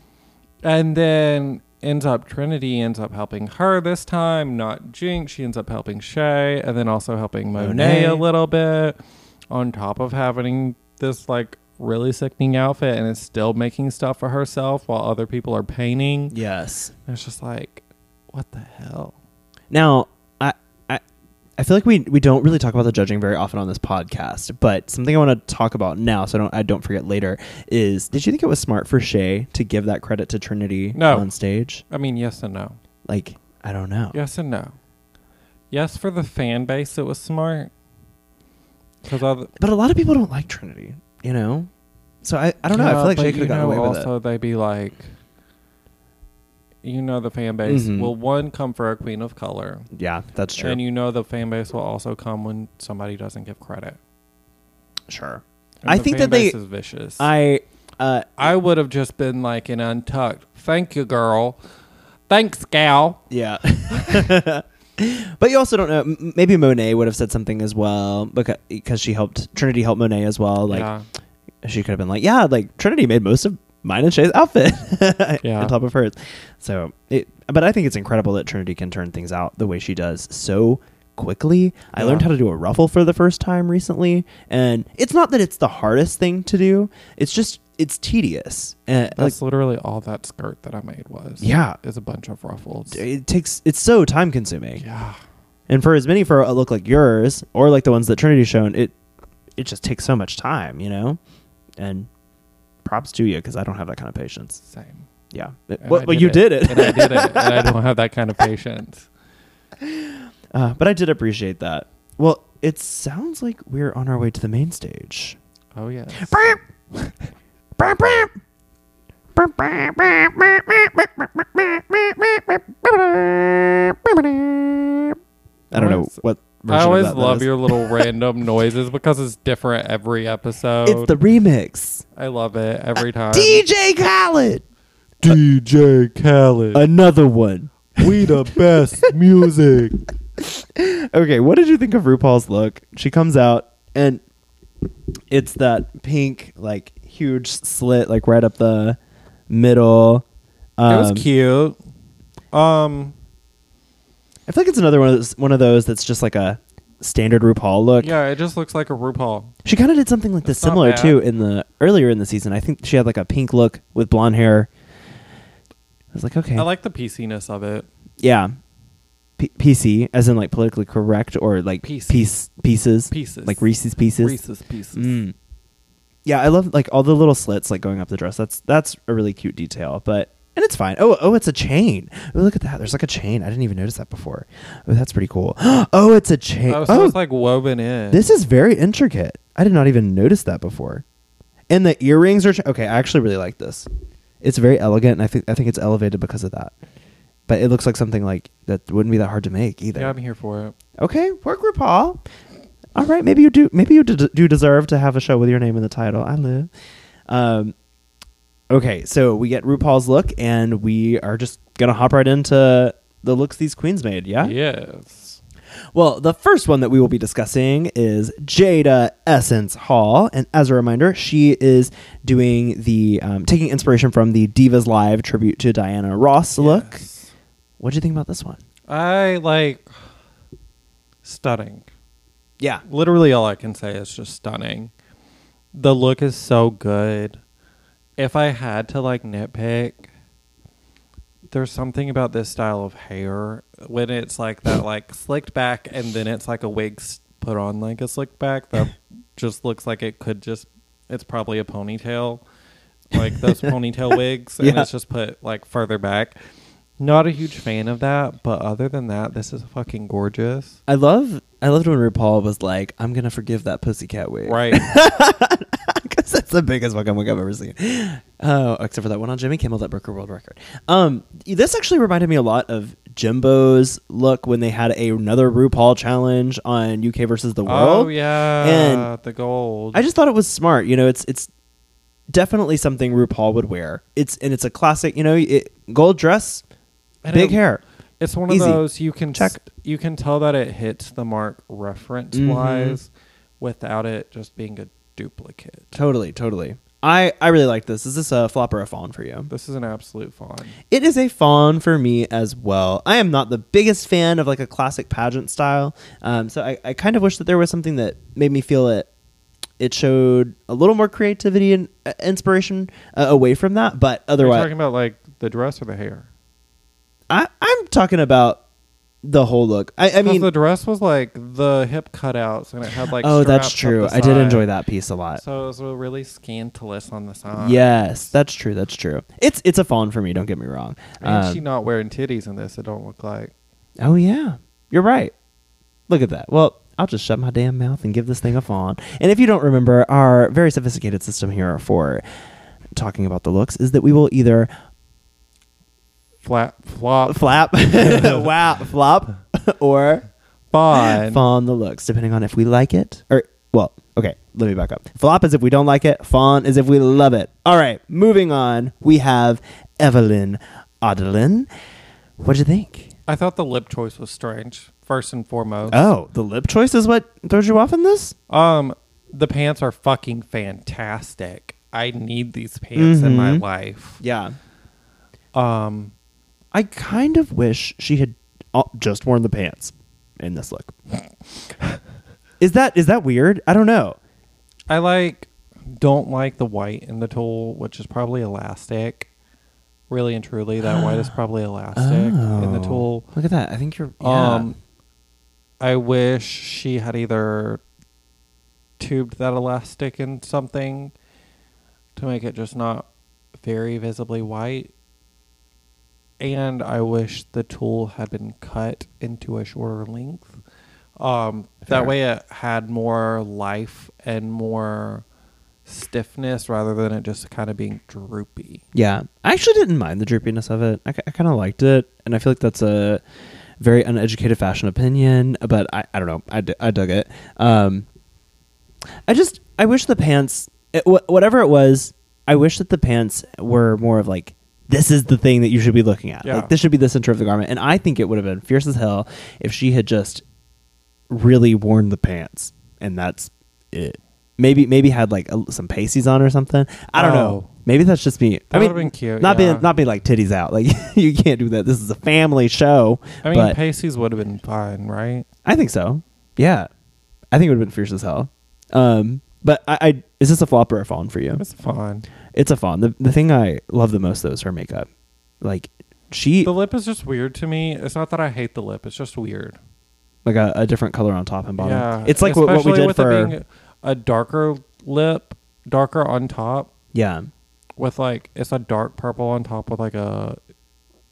And then ends up Trinity ends up helping her this time, not Jinx. She ends up helping Shay and then also helping Monet, Monet. a little bit on top of having this like really sickening outfit and is still making stuff for herself while other people are painting. Yes. It's just like, what the hell? Now, I, I, I feel like we we don't really talk about the judging very often on this podcast, but something I want to talk about now, so I don't I don't forget later. Is did you think it was smart for Shay to give that credit to Trinity No. on stage? I mean, yes and no. Like, I don't know. Yes and no. Yes, for the fan base, it was smart. Because other, But a lot of people don't like Trinity, you know. So I, I don't know. I feel like Shay could have gotten away with also they'd be like, you know, the fan base Mhm. will one come for a queen of color, it. Yeah, that's true. and you know the fan base will also come when somebody doesn't give credit. sure. And I the think fan that they- base is vicious. I, I uh would have just been like an untucked. Thank you, girl. Thanks, gal. Yeah. <laughs> but you also don't know. m- Maybe Monet would have said something as well because because she helped Trinity help Monet as well. Like yeah. she could have been like, yeah, like Trinity made most of mine and Shay's outfit <laughs> Yeah. on top of hers. So it, but I think it's incredible that Trinity can turn things out the way she does so quickly. I Yeah. learned how to do a ruffle for the first time recently, and it's not that it's the hardest thing to do. It's just it's tedious. And like, That's literally all that skirt that I made was. Yeah. Is a bunch of ruffles. it takes it's so time consuming. Yeah. And for as many for a look like yours or like the ones that Trinity's shown, it it just takes so much time, you know. And props to you because I don't have that kind of patience. Same. Yeah, It- And I well, well, you did it. <laughs> And I did it. and I don't have that kind of patience. Uh, but I did appreciate that. Well, it sounds like we're on our way to the main stage. Oh yes. I don't know Always- what. I version of always that that love is. your <laughs> little random noises because it's different every episode. It's the remix. I love it every time. DJ Khaled, DJ Khaled, another one. we the <laughs> best music. Okay, what did you think of RuPaul's look? She comes out and it's that pink, like huge slit, like right up the middle. Um, it was cute. Um, I feel like it's another one of those, one of those that's just like a standard RuPaul look. Yeah, it just looks like a RuPaul. She kind of did something like this It's not similar bad. too in the earlier in the season. I think she had like a pink look with blonde hair. I was like, okay, I like the PC-ness of it. yeah, P- PC as in like politically correct or like PC. piece pieces Pieces. like Reese's pieces. Reese's pieces. Mm. Yeah, I love like all the little slits like going up the dress. That's that's a really cute detail, but and it's fine. Oh, oh, it's a chain. Oh, look at that. There's like a chain. I didn't even notice that before. Oh, that's pretty cool. <gasps> Oh, it's a chain. Oh, so it's like woven in. This is very intricate. I did not even notice that before. And the earrings are okay. I actually really like this. It's very elegant, and I think I think it's elevated because of that. But it looks like something like that wouldn't be that hard to make either. Yeah, I'm here for it. Okay, work RuPaul. All right, maybe you do. Maybe you d- do deserve to have a show with your name in the title. I live. Um, okay, so we get RuPaul's look, and we are just gonna hop right into the looks these queens made. Yeah. Yes. Well, the first one that we will be discussing is Jada Essence Hall, and as a reminder, she is doing the um, taking inspiration from the Divas Live tribute to Diana Ross look. Yes. What do you think about this one? I like stunning. Yeah, Literally, all I can say is just stunning. The look is so good. If I had to like nitpick, there's something about this style of hair when it's like that, like slicked back, and then it's like a wig s- put on like a slicked back that just looks like it could just. It's probably a ponytail, like those ponytail wigs, and Yeah. it's just put like further back. Not a huge fan of that, but other than that, this is fucking gorgeous. I love I loved when RuPaul was like, "I'm gonna forgive that pussycat wig," <laughs> Right. Because that's the biggest fucking wig I've ever seen. Oh, except for that one on Jimmy Kimmel that broke a world record. Um, this actually reminded me a lot of Jimbo's look when they had a, another RuPaul challenge on UK versus the world. Oh yeah, And- the gold. I just thought it was smart. You know, it's it's definitely something RuPaul would wear. It's and it's a classic. You know, it, gold dress, And big it- hair. It's one of Easy. those you can Check. Mm-hmm. s- you can tell that it hits the mark reference wise, without it just being a duplicate. Totally, totally. I I really like this. Is this a flop or a fawn for you? This is an absolute fawn. it is a fawn for me as well. I am not the biggest fan of like a classic pageant style, um, so I, I kind of wish that there was something that made me feel it. It showed a little more creativity and uh, inspiration uh, away from that, but You're otherwise, talking about like the dress or the hair. I, I'm talking about the whole look. I, I 'Cause mean, the dress was like the hip cutouts, and it had like oh, that's straps up true. I the did side. enjoy that piece a lot. So uh, it was really scandalous on the side. yes, that's true. That's true. It's it's a fawn for me. Don't get me wrong. and Um, she not wearing titties in this. It don't look like. Oh yeah, you're right. Look at that. Well, I'll just shut my damn mouth and give this thing a fawn. And if you don't remember, our very sophisticated system here for talking about the looks is that we will either Flat <laughs> flop flap, wow, flop, or fawn. fawn the looks, depending on if we like it or well. Okay, let me back up. Flop is if we don't like it. Fawn is if we love it. All right, moving on. We have Evelyn Adelin. What'd you think? I thought the lip choice was strange. First and foremost. Oh, the lip choice is what throws you off in this. Um, the pants are fucking fantastic. I need these pants in my life. Yeah. Um, I kind of wish she had uh, just worn the pants in this look. <laughs> is that is that weird? I don't know. I like don't like the white in the tulle, which is probably elastic. Really and truly, that white is probably elastic in the tulle. Look at that. I think you're. Um, I wish she had either tubed that elastic in something to make it just not very visibly white. And I wish the tool had been cut into a shorter length. Um, Fair. that way it had more life and more stiffness rather than it just kind of being droopy. yeah. I actually didn't mind the droopiness of it. I, kind of liked it, and I feel like that's a very uneducated fashion opinion. But I, I don't know. I, d- I dug it. Um, I just I wish the pants it, wh- whatever it was. I wish that the pants were more of like this is the thing that you should be looking at. Yeah. Like this should be the center of the garment. And I think it would have been fierce as hell if she had just really worn the pants and that's it. Maybe maybe had like a, some pasties on or something. I don't know. Oh. Maybe that's just me. I mean, would've been cute, Not yeah. being not being like titties out. Like <laughs> you can't do that. This is a family show. I mean, but pasties would have been fine, right? I think so. Yeah, I think it would have been fierce as hell. Um, but I, I is this a flop or a fawn for you? It's fun. It's a fawn. The the thing I love the most though is her makeup. Like she The lip is just weird to me. It's not that I hate the lip. It's just weird. like a, a different color on top and bottom. Yeah, it's like what, what we especially did with it for being a darker lip, darker on top yeah with like it's a dark purple on top with like a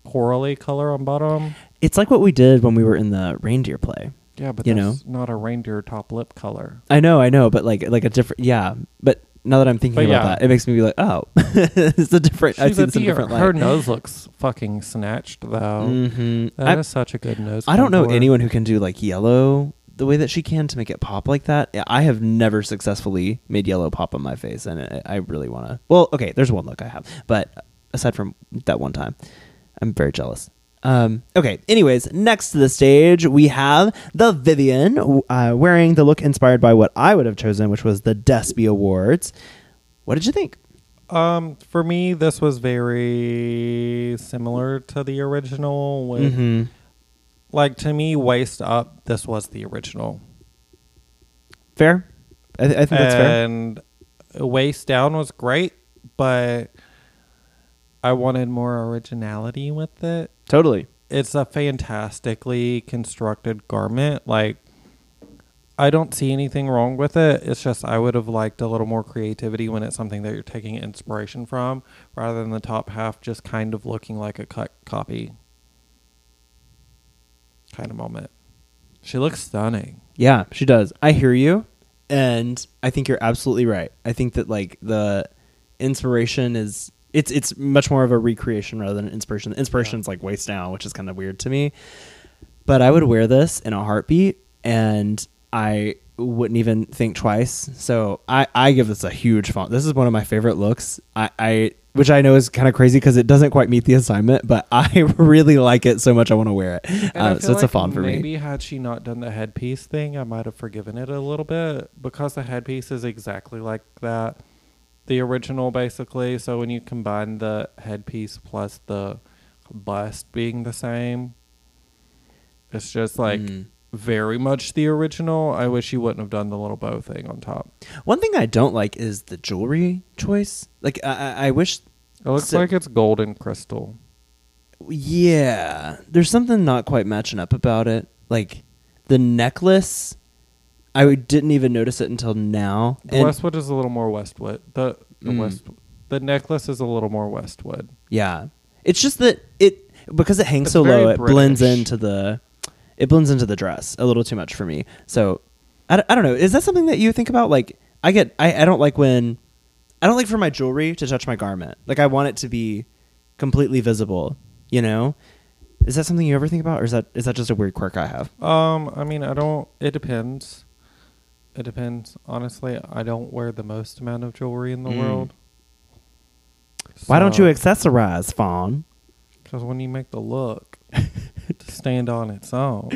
corally color on bottom. It's like what we did when we were in the reindeer play. Yeah, but You that's not a reindeer top lip color. I know, I know, but like like a different yeah. But now that I'm thinking But about yeah. that, it makes me be like, oh, <laughs> it's a different. I've She's a seen this in a deer. different Her light. nose looks fucking snatched though. Mhm. That is I, such a good nose. I don't know contour. anyone who can do like yellow the way that she can to make it pop like that. Yeah, I have never successfully made yellow pop on my face, and I, I really want to. Well, okay, there's one look I have, but aside from that one time, I'm very jealous. Um, okay, anyways, next to the stage, we have the Vivian uh, wearing the look inspired by what I would have chosen, which was the Despy Awards. What did you think? Um, for me, this was very similar to the original. With, Mm-hmm. Like to me, waist up. This was the original, Fair? I, th- I think that's fair. and waist down was great, but I wanted more originality with it. Totally. It's a fantastically constructed garment. Like, I don't see anything wrong with it. It's just I would have liked a little more creativity when it's something that you're taking inspiration from, rather than the top half just kind of looking like a cut copy kind of moment. She looks stunning. Yeah, she does. I hear you, and I think you're absolutely right. I think that like the inspiration is it's it's much more of a recreation rather than inspiration. Inspiration's like waist down, which is kind of weird to me. But I would wear this in a heartbeat, and I wouldn't even think twice. So I I give this a huge font. This is one of my favorite looks. I I which I know is kind of crazy because it doesn't quite meet the assignment, but <laughs> I really like it so much I want to wear it. And I Uh, feel so it's a like font for me. Maybe had she not done the headpiece thing, I might have forgiven it a little bit because the headpiece is exactly like that, the original basically. So when you combine the headpiece plus the bust being the same, it's just like Mm. very much the original. I wish you wouldn't have done the little bow thing on top. One thing I don't like is the jewelry choice. Like I, I, I wish, It looks So- like it's gold and crystal. yeah, there's something not quite matching up about it. Like the necklace, I w- didn't even notice it until now. The And Westwood is a little more Westwood. The, the Mm. West the necklace is a little more Westwood. yeah, it's just that it because it hangs It's so very low, it blends British. into the it blends into the dress a little too much for me. So I, d- I don't know. Is that something that you think about? Like I get I, I don't like when I don't like for my jewelry to touch my garment. Like I want it to be completely visible. You know, is that something you ever think about, or is that is that just a weird quirk I have? Um, I mean, I don't. It depends. It depends. Honestly, I don't wear the most amount of jewelry in the Mm. world. Why don't you accessorize, Fawn? Because when you make the look, to stand on <laughs> its own.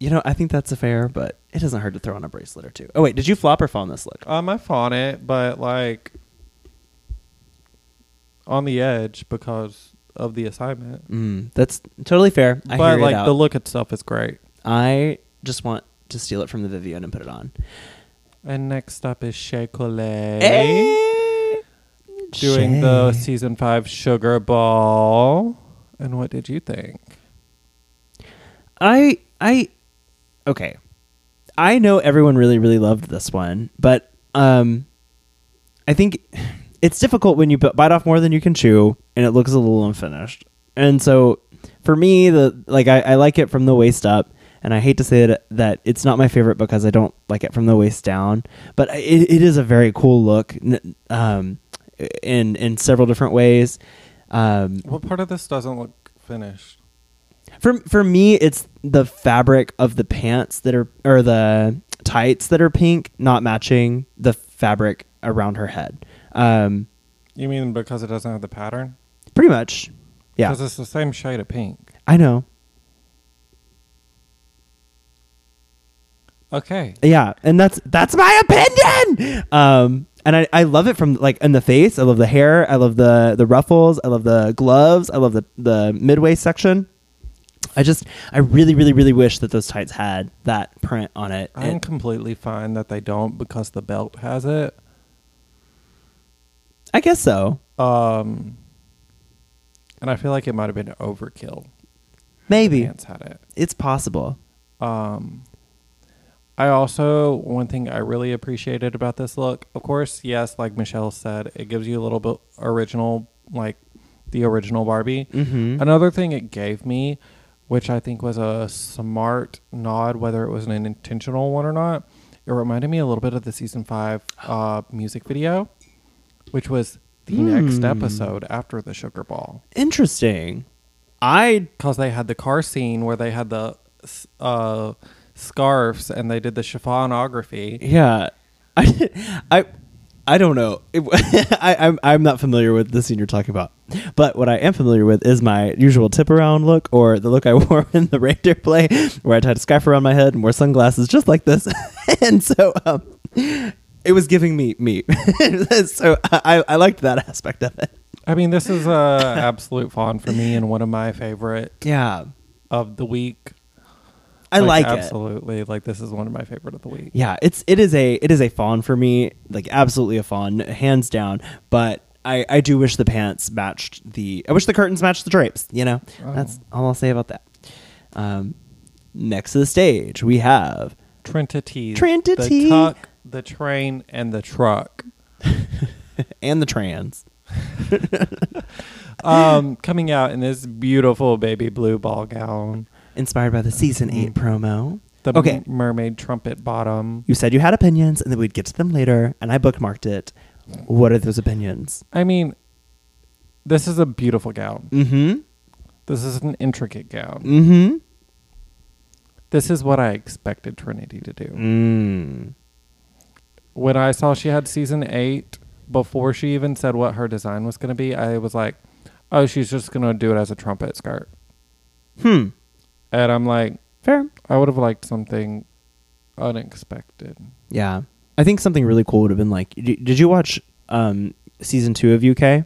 You know, I think that's a fair, but it doesn't hurt to throw on a bracelet or two. Oh wait, did you flop or fawn this look? Um, I fought it, but like on the edge because of the assignment. Mm, that's totally fair. I but hear it like out. the look itself is great. I just want to steal it from the Vivian and put it on. And next up is Shea Coulee Hey! doing the season five Sugar Ball. And what did you think? I I okay. I know everyone really really loved this one, but um I think it's difficult when you b- bite off more than you can chew and it looks a little unfinished. And so for me the like I, I like it from the waist up and I hate to say that that it's not my favorite because I don't like it from the waist down, but I- it, it is a very cool look n- um in in several different ways. Um What part of this doesn't look finished? For for me, it's the fabric of the pants that are or the tights that are pink, not matching the fabric around her head. Um, You mean because it doesn't have the pattern? pretty much, yeah. Because it's the same shade of pink. I know, Okay. yeah, and that's that's my opinion. Um, and I, I love it from like in the face. I love the hair. I love the the ruffles. I love the gloves. I love the the midway section. I just, I really, really, really wish that those tights had that print on it. I'm It- completely fine that they don't because the belt has it. I guess so. Um, and I feel like it might have been overkill. Maybe Pants had it. it's possible. Um, I also one thing I really appreciated about this look, of course, yes, like Michelle said, it gives you a little bit original, like the original Barbie. Mhm. Another thing it gave me, which I think was a smart nod, whether it was an intentional one or not, it reminded me a little bit of the season five uh, music video, which was the next episode after the Sugar Ball Interesting. I because they had the car scene where they had the uh, scarves and they did the chiffonography. yeah, <laughs> I I I don't know. It, <laughs> I I'm I'm not familiar with the scene you're talking about, but what I am familiar with is my usual tip around look or the look I <laughs> wore in the reindeer play, where I tied a scarf around my head and wore sunglasses just like this, <laughs> and so um, it was giving me me. <laughs> so I I liked that aspect of it. I mean, this is a <laughs> absolute fawn for me and one of my favorite Yeah, of the week. I like, it. absolutely. Like this is one of my favorite of the week. yeah it's it is a it is a fawn for me like absolutely a fawn hands down but i i do wish the pants matched the i wish the curtains matched the drapes you know that's all i'll say about that um next to the stage we have Trinity, Trinity. the tuck, the train, and the truck. and the trans <laughs> Um, coming out in this beautiful baby blue ball gown, inspired by the season 8 promo the okay m- mermaid trumpet bottom. you said you had opinions and that we'd get to them later and i bookmarked it what are those opinions I mean, this is a beautiful gown. mm-hmm This is an intricate gown. mm-hmm This is what I expected Trinity to do. mm. When I saw she had season eight, before she even said what her design was going to be, I was like, oh, she's just going to do it as a trumpet skirt. hmm And I'm like, fair I would have liked something unexpected. Yeah. I think something really cool would have been like, d- did you watch um, season two of UK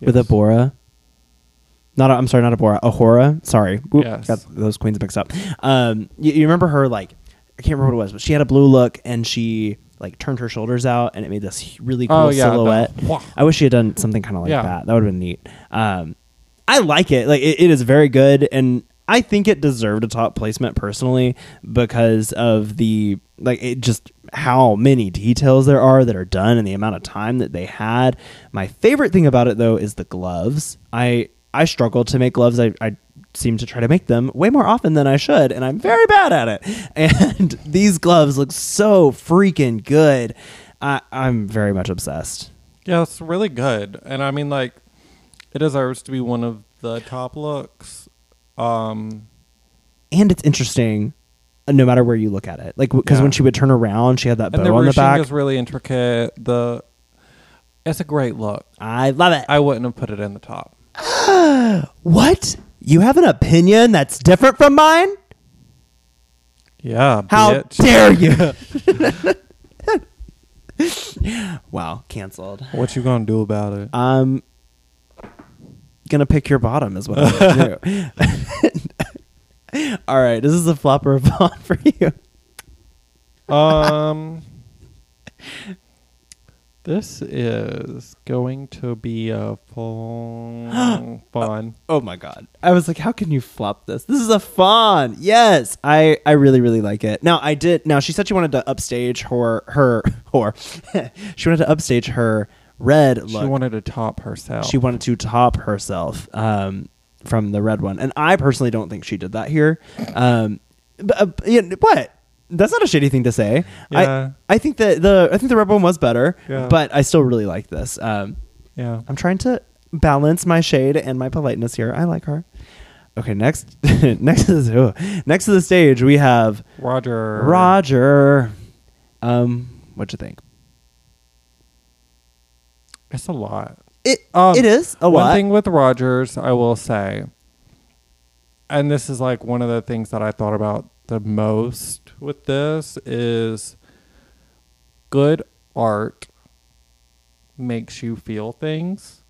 with Yes. Abora? Not, i I'm sorry, not Abora, Ahora. Sorry. Oop, Yes. Got those queens mixed up. Um, you, you remember her, like, I can't remember what it was, but she had a blue look and she, like, turned her shoulders out and it made this really cool Oh, yeah, the- silhouette. Wah. I wish she had done something kind of like Yeah. that. That would have been neat. Um, I like it. Like it, it is very good, and I think it deserved a top placement personally because of the like it just how many details there are that are done and the amount of time that they had. My favorite thing about it though is the gloves. I I struggle to make gloves. I, I seem to try to make them way more often than I should, and I'm very bad at it. <laughs> And these gloves look so freaking good. I, I'm very much obsessed. Yeah, it's really good. And I mean, like, it deserves to be one of the top looks. Um, and it's interesting uh, no matter where you look at it like because Yeah. when she would turn around she had that and bow the on ruching the back is really intricate. The It's a great look. i love it I wouldn't have put it in the top. what you have an opinion that's different from mine Yeah, how bitch. dare you <laughs> wow canceled What you gonna do about it? i'm gonna pick your bottom is what i'm gonna <laughs> do <laughs> all right this is a flopper of <laughs> on for you um, this is going to be a <gasps> fun. fun. Oh my god. I was like, how can you flop this? This is a fawn. Yes. I, I really, really like it. Now I did now she said she wanted to upstage her her <laughs> whore. <laughs> she wanted to upstage her red look. She wanted to top herself. She wanted to top herself um, from the red one. And I personally don't think she did that here. Um, but, uh, yeah, what? That's not a shitty thing to say. Yeah. I I think that the I think the red one was better, Yeah. but I still really like this. Um, yeah. I'm trying to balance my shade and my politeness here. I like her. Okay, next <laughs> next to the next to the stage we have Roger. Roger. Um, what'd you think? It's a lot. It Um, it is a one lot. thing with Rogers, I will say, and this is like one of the things that I thought about the most with this is good art makes you feel Mm-hmm. things,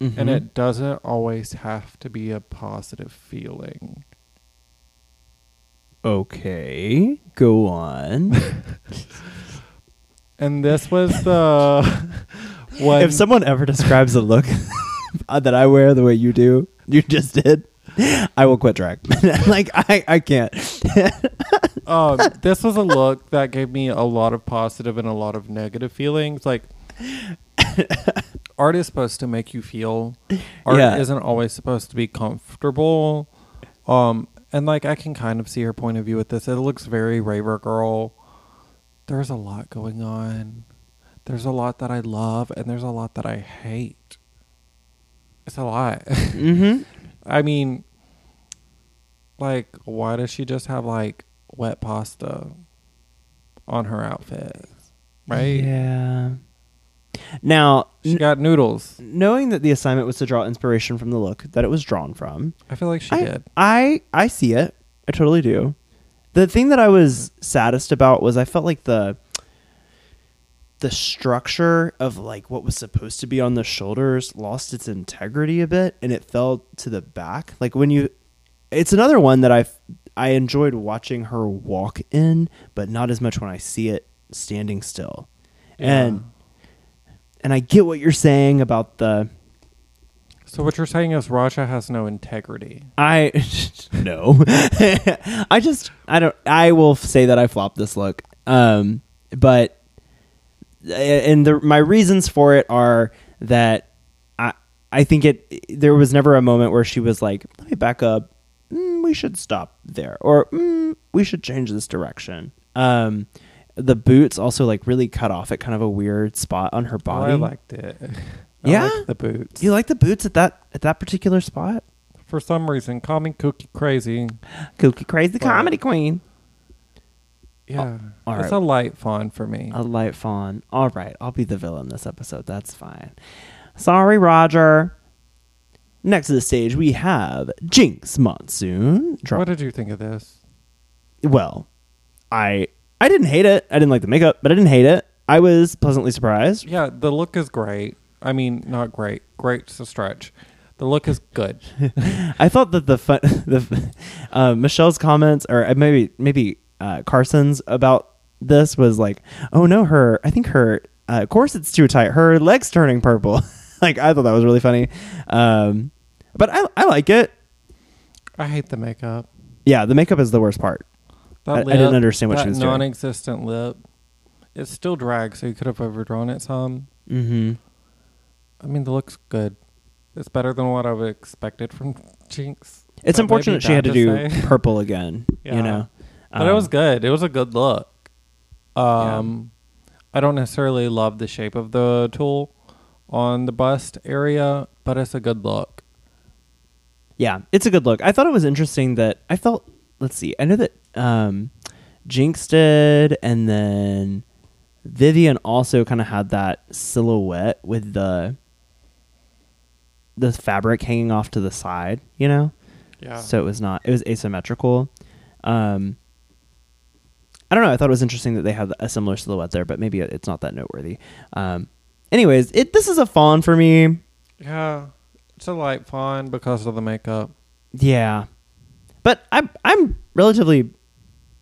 and it doesn't always have to be a positive feeling. Okay, go <laughs> on. And this was the <laughs> <laughs> one. if someone ever describes a look <laughs> that I wear the way you do, you just did, I will quit drag. <laughs> like I, I can't. um, this was a look that gave me a lot of positive and a lot of negative feelings. Like, art is supposed to make you feel. Art Yeah. isn't always supposed to be comfortable. Um, and like, I can kind of see her point of view with this. It looks very raver girl. There's a lot going on. There's a lot that I love, and there's a lot that I hate. It's a lot. <laughs> <laughs> Mm-hmm. I mean, like, why does she just have like wet pasta on her outfit? Right? Yeah. Now, She got noodles. knowing that the assignment was to draw inspiration from the look that it was drawn from, I feel like she I, did. I I see it. I totally do. The thing that I was saddest about was I felt like the the structure of like what was supposed to be on the shoulders lost its integrity a bit and it fell to the back. Like when you it's another one that I I enjoyed watching her walk in, but not as much when I see it standing still. And and I get what you're saying about the So what you're saying is Raja has no integrity. I <laughs> no. <laughs> I just I don't. I will say that I flopped this look. Um, but eh, and the, my reasons for it are that I I think it there was never a moment where she was like, let me back up. Mm, we should stop there, or mm, we should change this direction. Um, the boots also like really cut off at kind of a weird spot on her Oh, body. I liked it. <laughs> I Yeah? liked the boots. you like the boots at that at that particular spot? For some reason, call me kooky crazy. Oh, Kooky crazy Well- comedy queen. Yeah. all it's right. a light fawn for me. A light fawn. All right, I'll be the villain this episode. That's fine. Sorry, Roger. Next to the stage, we have Jinx Monsoon. Draw- what did you think of this? well, I I didn't hate it. I didn't like the makeup, but I didn't hate it. I was pleasantly surprised. Yeah, the look is great. I mean, not great. Great's a stretch. The look is <laughs> good. I thought that the fun, <laughs> the uh, Michelle's comments or maybe maybe uh, Carson's about this was like, oh no, her I think her uh, corset's too tight, her legs turning purple. <laughs> like I thought that was really funny, um, but I I like it. I hate the makeup. Yeah, the makeup is the worst part. That I- I didn't understand what she that was doing. non-existent lip. It's still drag, so you could have overdrawn it some. Mm-hmm. I mean, the look's good. It's better than what I would expected from Jinx. It's But unfortunate maybe she had to bad do say. <laughs> purple again. Yeah. You know, but it Um, was good. It was a good look. Um, I don't necessarily love the shape of the tool on the bust area, but it's a good look. Yeah, it's a good look. I thought it was interesting that I felt. Let's see. I know that um, Jinx did, and then Vivian also kind of had that silhouette with the the fabric hanging off to the side. You know, Yeah. so it was not. It was asymmetrical. Um, I don't know. I thought it was interesting that they had a similar silhouette there, but maybe it's not that noteworthy. Um, anyways, it this is a fawn for me. yeah, it's a light fawn because of the makeup. Yeah, but I'm I'm relatively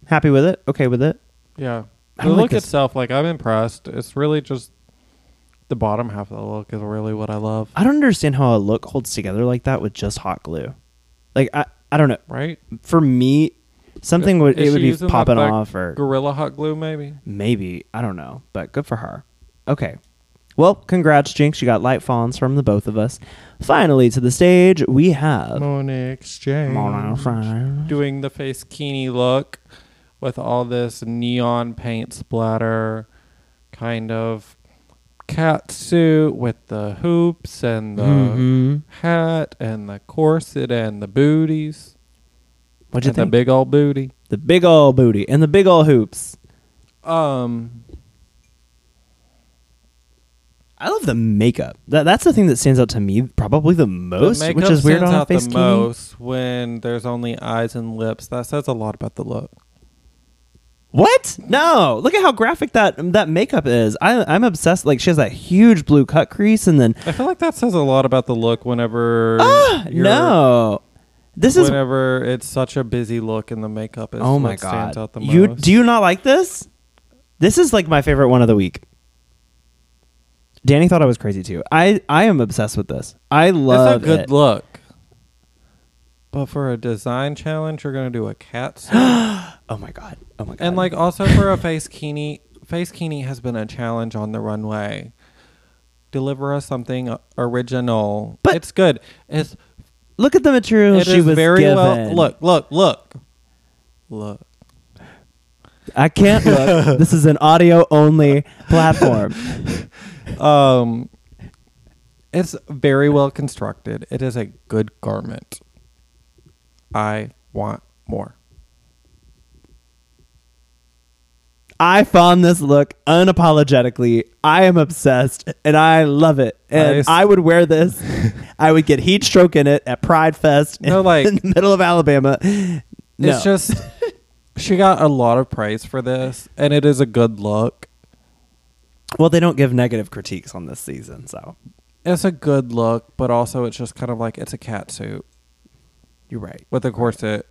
happy with it. Okay with it. Yeah. I The don't like look this. itself, like I'm impressed. It's really just the bottom half of the look is really what I love. I don't understand how a look holds together like that with just hot glue. Like I I don't know. Right? For me, something would Is it would she be using, like, popping that off or Gorilla hot glue maybe? maybe I don't know. But good for her. Okay. Well, congrats, Jinx. You got light fawns from the both of us. Finally, to the stage, we have. Mona Exchange. Mona Exchange. Doing the face kini look with all this neon paint splatter kind of cat suit with the hoops and the Mhm. hat and the corset and the booties. What'd you and think? the big old booty. the big ol' booty and the big ol' hoops. Um I love the makeup. That, that's the thing that stands out to me probably the most, the makeup which is weird stands on a out face the key. most when there's only eyes and lips. That says a lot about the look. What? No! Look at how graphic that that makeup is. I, I'm obsessed. Like she has that huge blue cut crease, and then <gasps> I feel like that says a lot about the look. Whenever ah, you're- no, This is whenever it's such a busy look and the makeup is oh my what stands god. out the You most. do you not like this? This is like my favorite one of the week. Danny thought I was crazy too. I I am obsessed with this. I love it's a good it. look. But for a design challenge, you're gonna do a <gasps> cat suit, Oh my god. Oh my god. and like also for a face kini. Face kini has been a challenge on the runway. Deliver us something uh, original. But- it's good. It's look at the material it she is was very given. well. Look, look, look, look. I can't <laughs> look. this is an audio only platform. Um, it's very well constructed. It is a good garment. I want more. I found this look unapologetically. I am obsessed and I love it. And Nice. I would wear <laughs> this. I would get heat stroke in it at Pride Fest No, in, like- in <laughs> the middle of Alabama. No. It's <laughs> just she got a lot of praise for this, and it is a good look. well, they don't give negative critiques on this season, so It's a good look, but also it's just kind of like it's a cat suit you're right. with a corset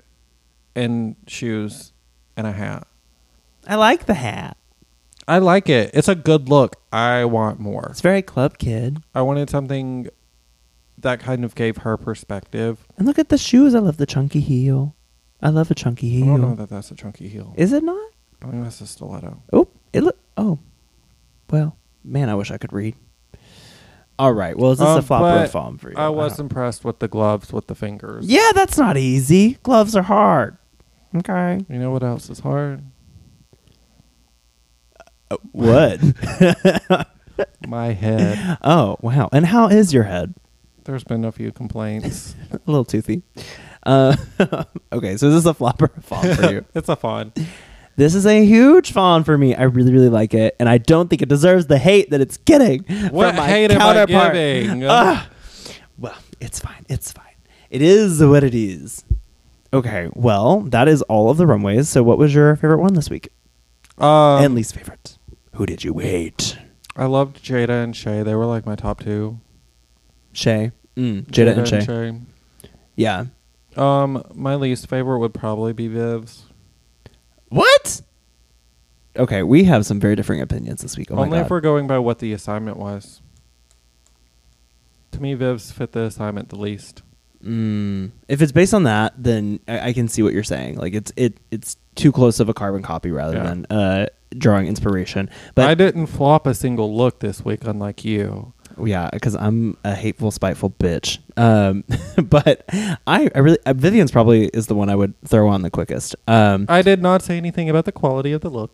and shoes and a hat. I like the hat. I like it. It's a good look. I want more. It's very club kid. I wanted something that kind of gave her perspective. And look at the shoes. I love the chunky heel. I love a chunky I don't know heel. that that's a chunky heel. Is it not? I mean, that's a stiletto. Oh, it look. Oh, well, man, I wish I could read. All right. Well, is this a Um, flop or a but foam for you? I was don't- impressed with the gloves, with the fingers. Yeah, that's not easy. Gloves are hard. Okay. You know what else is hard? Oh. <laughs> What? My head. <laughs> oh, wow. And how is your head? <laughs> There's been a few complaints. A little toothy. Uh, <laughs> okay, so is this a flop or a fawn for <laughs> you? it's a fun. this is a huge fawn for me. I really, really like it, and I don't think it deserves the hate that it's getting What from my hate am I counterpart. giving? Ah. Well, it's fine. It's fine. It is what it is. Okay, well, that is all of the runways. So, what was your favorite one this week? Um, and least favorite. Who did you wait? I loved Jada and Shay. They were like my top two. Shay. Mm, Jada, and Shay. Yeah. Um, my least favorite would probably be Viv's. What? Okay, we have some very differing opinions this week. Oh Only my if we're god. going by what the assignment was. To me, Viv's fit the assignment the least. Mm, if it's based on that, then I, I can see what you're saying. Like it's it it's too close of a carbon copy rather Yeah. than uh, drawing inspiration. But I didn't flop a single look this week, unlike you. Yeah, because I'm a hateful, spiteful bitch. Um, <laughs> but I, I really, uh, Vivian's probably is the one I would throw on the quickest. Um, I, I did not say anything about the quality of the look.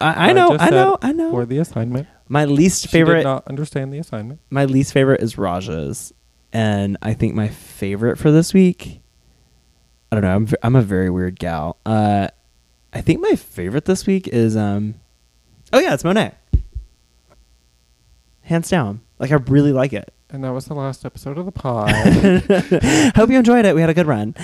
I, know, Uh, just I said know, I For know. the assignment, My least favorite. She did favorite, not understand the assignment. my least favorite is Raja's, and I think my favorite for this week. I don't know. I'm v- I'm a very weird gal. Uh, I think my favorite this week is um, oh yeah, it's Monet. Hands down, like I really like it. And that was the last episode of the <laughs> pod. Hope you enjoyed it. We had a good run.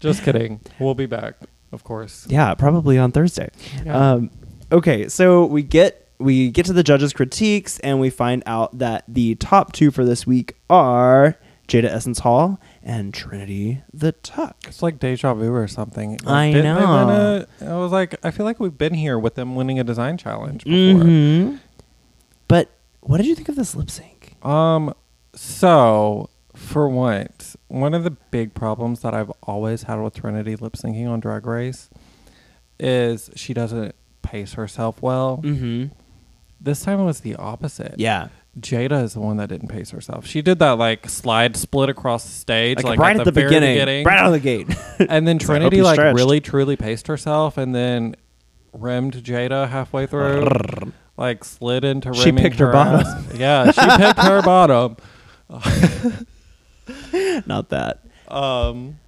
Just kidding. We'll be back, of course. Yeah, probably on Thursday. Yeah. Um, okay, so we get we get to the judges' critiques, and we find out that the top two for this week are Jada Essence Hall and Trinity the Tuck. It's like deja vu or something. Like, I didn't they win know. a- I was like, I feel like we've been here with them winning a design challenge before. hmm But what did you think of this lip sync? Um, so for once, one of the big problems that I've always had with Trinity lip syncing on Drag Race is she doesn't pace herself well. Mm-hmm. This time it was the opposite. Yeah, Jada is the one that didn't pace herself. She did that like slide split across the stage, like, like, right at the, very beginning, right out of the gate. <laughs> and then It's like, hope Trinity you like stretched. really truly paced herself, and then rimmed Jada halfway through, like slid into. She rimming picked her bottom. ass. Yeah, she picked her <laughs> bottom. Not that. Um,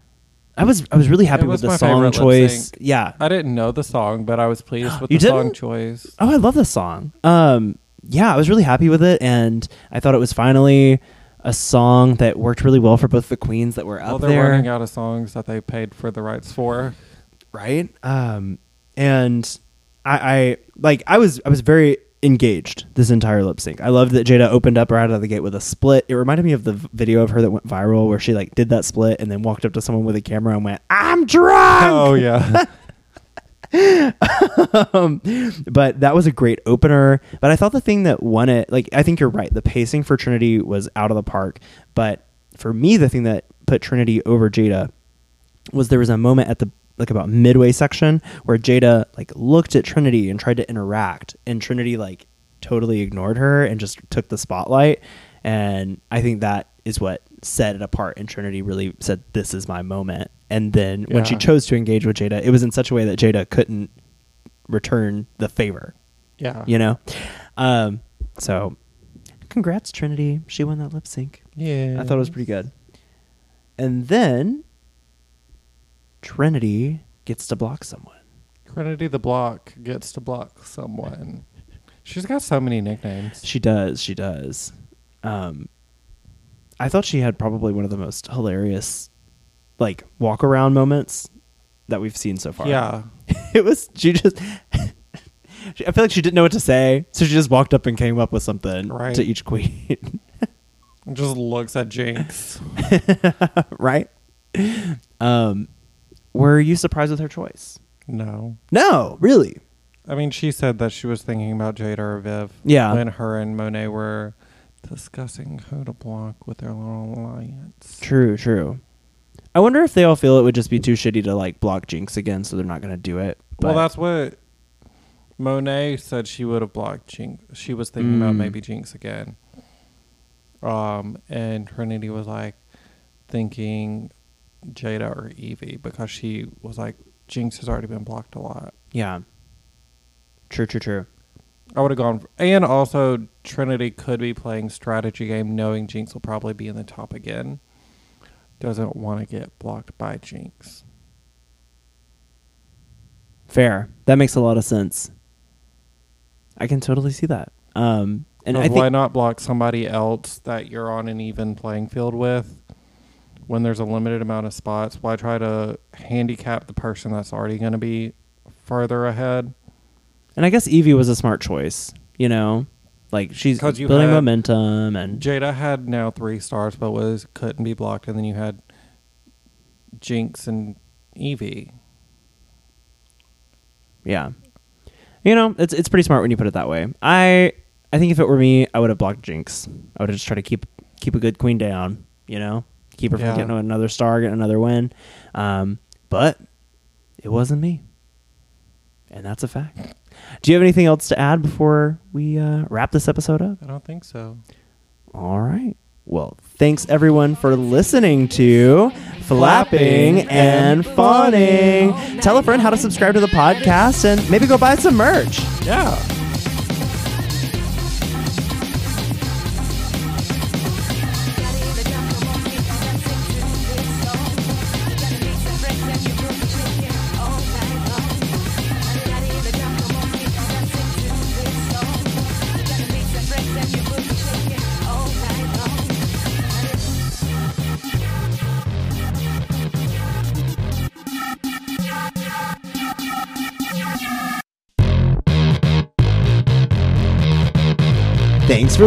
I was I was really happy with was the my song favorite lip choice. sync. Yeah, I didn't know the song, but I was <gasps> pleased with You the song didn't? choice. Oh, I love this song. Um, yeah, I was really happy with it, and I thought it was finally a song that worked really well for both the queens that were Well, up they're running there, out of songs that they paid for the rights for. right? Um, and I, I like I was I was very engaged this entire lip sync. I loved that Jada opened up right out of the gate with a split. It reminded me of the v- video of her that went viral where she like did that split and then walked up to someone with a camera and went, "I'm drunk." Oh yeah. <laughs> Um, but that was a great opener. But I thought the thing that won it, like I think you're right, the pacing for Trinity was out of the park. But for me, the thing that put Trinity over Jada was there was a moment at the like about midway section where Jada like looked at Trinity and tried to interact, and Trinity like totally ignored her and just took the spotlight. And I think that is what set it apart. And Trinity really said, "This is my moment." And then when she Yeah. chose to engage with Jada, it was in such a way that Jada couldn't return the favor, Yeah. you know? Um, so congrats, Trinity. She won that lip sync. Yeah. I thought it was pretty good. And then Trinity gets to block someone. Trinity the Block gets to block someone. She's got so many nicknames. She does. She does. Um, I thought she had probably one of the most hilarious, like, walk around moments that we've seen so far. Yeah. <laughs> it was she just <laughs> she- i feel like she didn't know what to say so she just walked up and came up with something Right. to each queen <laughs> Just looks at Jinx. right um were you surprised with her choice No. no really I mean, she said that she was thinking about Jada or Viv. Yeah. When her and Monet were discussing who to block with their little alliance. true true i wonder if they all feel it would just be too shitty to like block jinx again so they're not gonna do it Well, but- that's what Monet said she would have blocked Jinx. She was thinking about Mm. maybe Jinx again. Um, and Trinity was like thinking Jada or Evie because she was like Jinx has already been blocked a lot. yeah true true true I would have gone, and also Trinity could be playing strategy game, knowing Jinx will probably be in the top again. Doesn't want to get blocked by Jinx. fair that makes a lot of sense i can totally see that um and And i think why not block somebody else that you're on an even playing field with when there's a limited amount of spots? Why try to handicap the person that's already going to be further ahead? And I guess Evie was a smart choice, you know? Like she's 'Cause you building had- momentum and Jada had now three stars, but was couldn't be blocked, and then you had Jinx and Evie. yeah. You know, it's it's pretty smart when you put it that way. I I think if it were me, I would have blocked Jinx. I would have just tried to keep keep a good queen down, you know? Keep her Yeah. from getting another star, getting another win. Um, but it wasn't me. And that's a fact. Do you have anything else to add before we uh, wrap this episode up? I don't think so. All right. Well, thanks everyone for listening to Flapping and Fawning. Tell a friend how to subscribe to the podcast and maybe go buy some merch. Yeah. Thanks for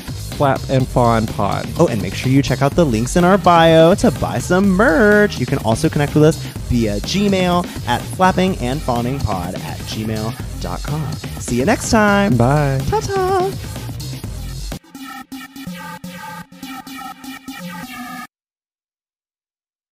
flap and fawn pod. Oh, and make sure you check out the links in our bio to buy some merch. You can also connect with us via Gmail at flappingandfawningpod at gmail.com. See you next time. Bye. Ta ta.